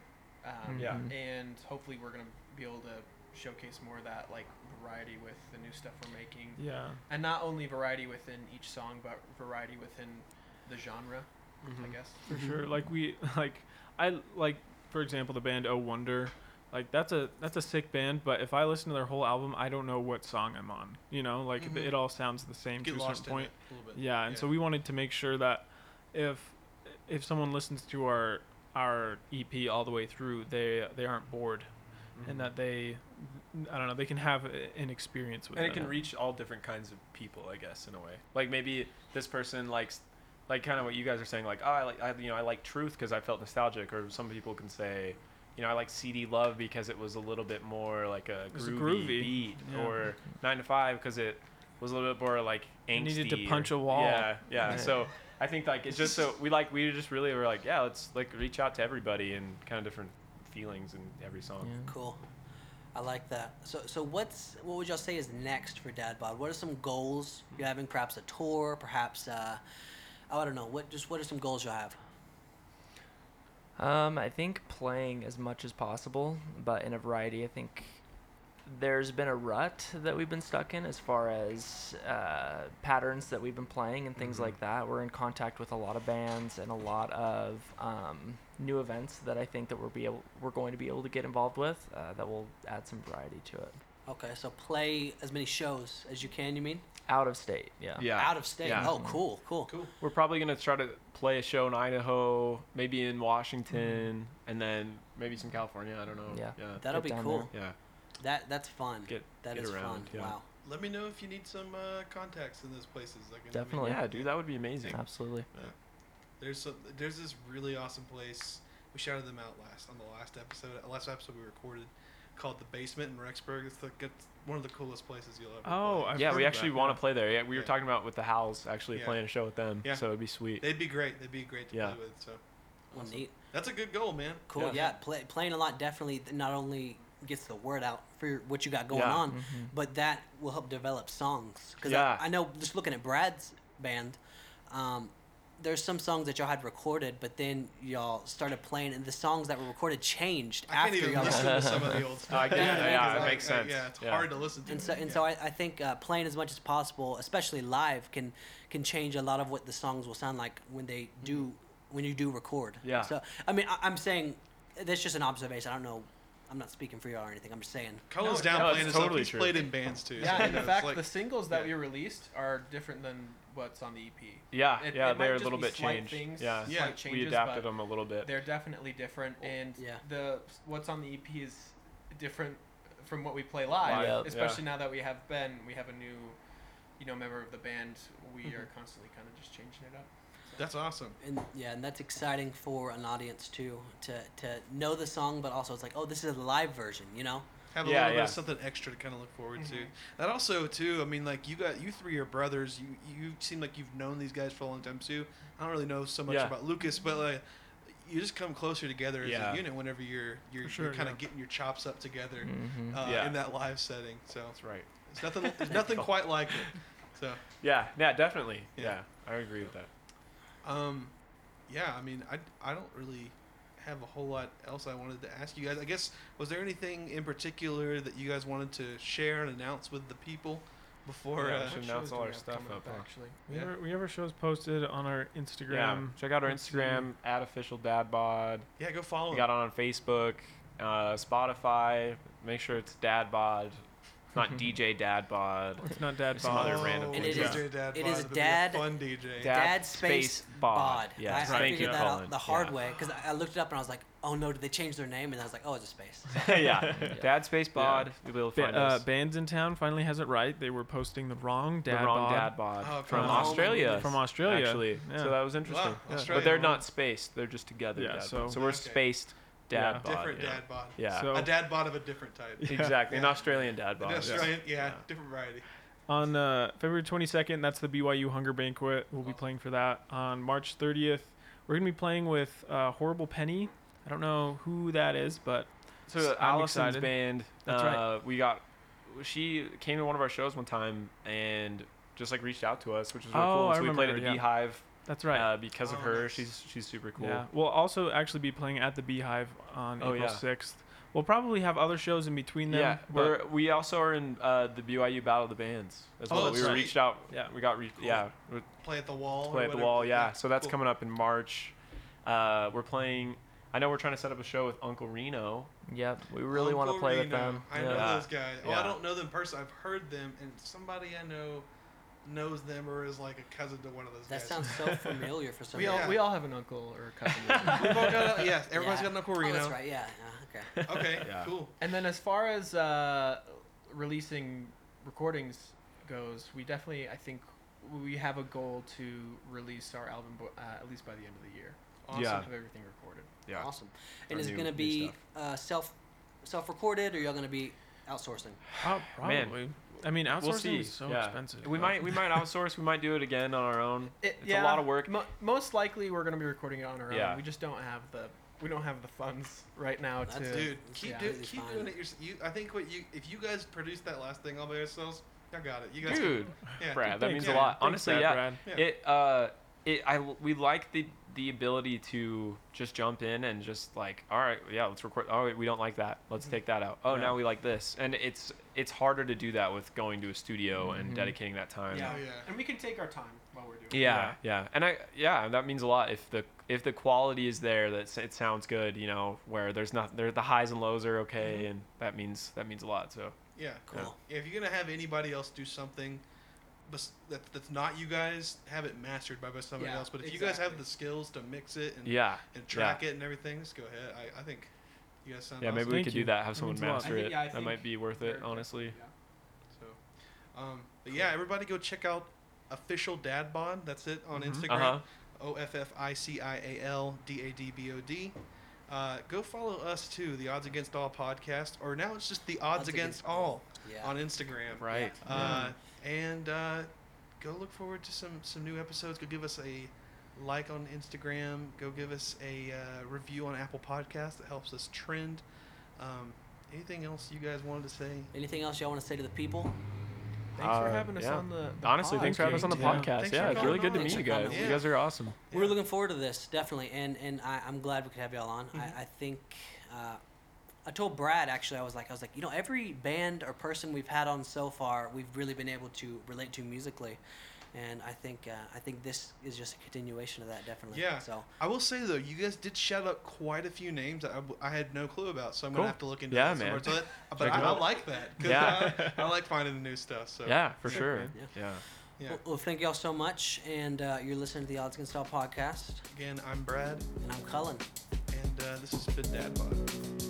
Um, Yeah. Mhm. And hopefully we're gonna be able to showcase more of that like variety with the new stuff we're making, yeah. and not only variety within each song, but variety within the genre. Mm-hmm. I guess. for sure. Like we like I like for example the band Oh Wonder. Like that's a that's a sick band, but if I listen to their whole album, I don't know what song I'm on. You know, like Mhm. it all sounds the same get to a lost certain in point. it a little bit. Yeah, and so we wanted to make sure that if if someone listens to our our EP all the way through, they they aren't bored, and that they I don't know they can have a- an experience with and it. it can reach all different kinds of people i guess in a way like maybe this person likes like kind of what you guys are saying like oh i like I, you know i like truth because i felt nostalgic or some people can say you know i like cd love because it was a little bit more like a It was groovy, groovy. beat Yeah. or nine to five because it was a little bit more like angsty It needed to or- punch a wall. yeah yeah Yeah. so i think like it's just so we like we just really were like yeah let's like reach out to everybody and kind of different feelings in every song Yeah. Cool. I like that. So, so what's what would y'all say is next for Dad Bod? What are some goals you're having? Perhaps a tour, perhaps uh, I don't know. What just what are some goals you have? Um, I think playing as much as possible, but in a variety. I think there's been a rut that we've been stuck in as far as uh, patterns that we've been playing and things Mhm. like that. We're in contact with a lot of bands and a lot of um, new events that I think that we're be able, we're going to be able to get involved with uh, that will add some variety to it. Okay, so play as many shows as you can. You mean Out of state, yeah. out of state? Yeah. Mm-hmm. Oh, cool, cool. Cool. We're probably gonna try to play a show in Idaho, maybe in Washington, and then maybe some California. I don't know. Mm-hmm. Yeah. yeah, That'll Get be down cool. there. yeah. That that's fun. Get That get is around. fun. Yeah. Wow. Let me know if you need some uh, contacts in those places. Like, I mean, Definitely. Uh, yeah, dude, that would be amazing. Absolutely. There's some, there's this really awesome place. We shouted them out last on the last episode. uh, Last episode we recorded called the Basement in Rexburg. It's the it's one of the coolest places you'll ever. Oh, play. I've yeah, heard we of actually that, want yeah. to play there. Yeah, we were Yeah. talking about with the Howls actually Yeah. playing a show with them. Yeah. so it'd be sweet. they'd be great. They'd be great to Yeah. play with. So Well, Awesome. neat. That's a good goal, man. Cool. Yeah. Yeah, Play, playing a lot definitely th- not only gets the word out for your- what you got going Yeah. on, Mm-hmm. but that will help develop songs. Because Yeah. I, I know just looking at Brad's band, um, there's some songs that y'all had recorded, but then y'all started playing, and the songs that were recorded changed I after can't even y'all. listen to some of the old Oh, I stuff. get it. Yeah, because it I- makes I- sense. Yeah, it's Yeah. hard to listen to. And so, it, and yeah. so I, I think uh, playing as much as possible, especially live, can can change a lot of what the songs will sound like when they do when you do record. Mm-hmm. Yeah. So I mean, I, I'm saying that's just an observation. I don't know. I'm not speaking for y'all or anything. I'm just saying. Colin's No, down no, it's playing his stuff. totally He's true. played in bands too. Yeah, so, and you know, the fact it's the like, singles that yeah. we released are different than what's on the EP. Yeah, It- Ah, yeah, it might they're a just little be bit slight changed. Things, yeah, Yeah. slight changes, we adapted them a little bit. but They're definitely different, and Yeah. the what's on the EP is different from what we play live. Live, especially now that we have Ben, we have a new, you know, member of the band. We Mm-hmm. are constantly kind of just changing it up. That's awesome. And yeah, and that's exciting for an audience too to to know the song, but also it's like, oh, this is a live version, you know? Have a Yeah, little bit yeah. of something extra to kind of look forward to. Mhm. Mm-hmm. That also too. I mean, like you got you three are brothers. You you seem like you've known these guys for a long time too. I don't really know so much Yeah. about Lucas, but like you just come closer together as Yeah. a unit whenever you're you're, For sure, you're kind of yeah. getting your chops up together Mhm. uh, Mm-hmm. Yeah. in that live setting. So That's right. there's nothing there's nothing quite like it. So. Yeah, yeah, definitely. Yeah, Yeah. I agree with that. Um, yeah, I mean, I, I don't really have a whole lot else I wanted to ask you guys. I guess was there anything in particular that you guys wanted to share and announce with the people before? Yeah, uh, should What announce shows all our do we have stuff coming up, huh? actually. We, Yeah. have, our- we have our shows posted on our Instagram. Yeah, check out our Let's see. Instagram at official dad bod. yeah, go follow. Oh. We him. got on Facebook, uh, Spotify. Make sure it's dad bod, not DJ dad bod. It's not dad It's some other bod. Oh, random And it DJ is- Dad it bod is would be a dad- Fun DJ. Dad space, space bod. bod. Yeah, I, I thank figured you, that Colin. out the hard Yeah. way because I, I looked it up and I was like, oh no, did they change their name? And I was like, oh, it's a space. yeah, dad space bod. You'll be able to Ba- find uh, us. bands in town finally has it right. They were posting the wrong the dad wrong bod. dad bod Oh, from from- Australia. From Australia. actually. Yeah. So that was interesting. Wow, Yeah. Australia, But they're huh? not spaced. They're just together. Yeah, dad so- bod. so we're Okay. spaced dad Yeah. bod. different yeah. dad bod. Yeah. So A dad bod of a different type. exactly. An Yeah. Australian dad bod. An Australian, yeah, Yeah. different variety. On uh, February 22nd, that's the BYU Hunger Banquet. We'll Oh. be playing for that. On March 30th, we're going to be playing with uh, Horrible Penny. I don't know who that is, but So I'm Allison's excited. band. That's uh, right. We got. She came to one of our shows one time and just like reached out to us, which was really Oh, cool. And I so we played at remember, the yeah. Beehive that's right. uh, because of Oh, her. nice. She's she's super cool. Yeah, we'll also actually be playing at the Beehive on Oh, April yeah. 6th. We'll probably have other shows in between them. Yeah, but we're, we also are in uh, the BYU Battle of the Bands as Oh, well. that's we were right. reached out. Yeah. we got re- Cool. yeah we Play at the wall. or play at the whatever. wall. Yeah, so that's cool. coming up in March. Uh, we're playing. I know we're trying to set up a show with Uncle Reno. Yep, we really want to Uncle play with Reno. them. I yeah. know Yeah. those guys. Well, Yeah. I don't know them personally. I've heard them, and somebody I know knows them or is like a cousin to one of those That guys. sounds so familiar for some We all reason. Yeah. we all have an uncle or a cousin. We've all got a, yeah, everybody's Yeah. got an Uncle Oh, Reno. that's right. Yeah. yeah, okay. Okay, Yeah. cool. And then as far as uh, releasing recordings goes, we definitely I think we have a goal to release our album bo- uh, at least by the end of the year. Awesome. Yeah. Have everything recorded. Yeah. Awesome. And Our is new- it going to new be stuff. uh, self self recorded or y'all going to be outsourcing? prob- Man. probably. I mean, outsourcing We'll see. is so Yeah. expensive. We but- might we might outsource. We might do it again on our own. It- it's a lot of work. Mo- most likely, we're going to be recording it on our Yeah. own. We just don't have the we don't have the funds right now That's to. Dude, It's keep, do, completely keep fine. doing it. Yourself. You, I think what you if you guys produce that last thing all by yourselves, y'all got it. You guys, Dude, yeah. Brad, that Thanks, means a yeah. lot. Thanks, Honestly, Brad, yeah. Brad. Yeah. It uh, it I we like the the ability to just jump in and just like, all right, yeah, let's record. Oh, wait, we don't like that. Let's take that out. Oh, Yeah. now we like this. And it's it's harder to do that with going to a studio and Mhm. dedicating that time. Yeah. Oh, yeah. And we can take our time while we're doing. it. Yeah, yeah, and I yeah that means a lot if the if the quality is there that s- it sounds good you know where there's not there the highs and lows are okay and that means that means a lot so Yeah. Cool. If you're gonna have anybody else do something, bes- that that's not you guys, have it mastered by by somebody Yeah, else. But if you guys have exactly. the skills to mix it and yeah and track it and everything, just go ahead. I, I think you guys sound yeah maybe awesome. we Thank could you. do that have That someone means a lot. master I think- it yeah, I that think might be worth it Very- honestly yeah. So, um, but yeah, everybody go check out official Dad Bod. That's it on Mhm. Instagram. uh huh O F F I C I A L D A D B O D. Uh, go follow us too, the Odds Against All podcast, or now it's just the Odds, Odds Against, Against All Yeah. on Instagram. right Uh, and uh, go look forward to some some new episodes. Go give us a like on Instagram. Go give us a uh, review on Apple Podcasts. It helps us trend. Um, anything else you guys wanted to say? Anything else y'all want to say to the people? Thanks for Uh, having us yeah. on the, the Honestly, pod, thanks for having us on Jake. the Yeah. podcast. Thanks Yeah, for it's really coming good to on. meet you Thanks for guys. coming You on. guys are awesome. We're Yeah. looking forward to this definitely, and and I, I'm glad we could have y'all on. Mm-hmm. I, I think uh, I told Brad actually I was like I was like you know every band or person we've had on so far we've really been able to relate to musically, and I think uh, I think this is just a continuation of that definitely. Yeah. So I will say though, you guys did shout out quite a few names that I, w- I had no clue about, so I'm Cool. gonna have to look into Yeah, that some man. more. So that- but Check I, 'em I out. like that. 'cause Yeah. I, I like finding the new stuff. So Yeah, for Yeah. sure. Yeah. Yeah. yeah. well, well, thank y'all so much, and uh, you're listening to the Odds Against All podcast, Again, I'm Brad, and I'm Cullen. and uh, this has been Dad Bod.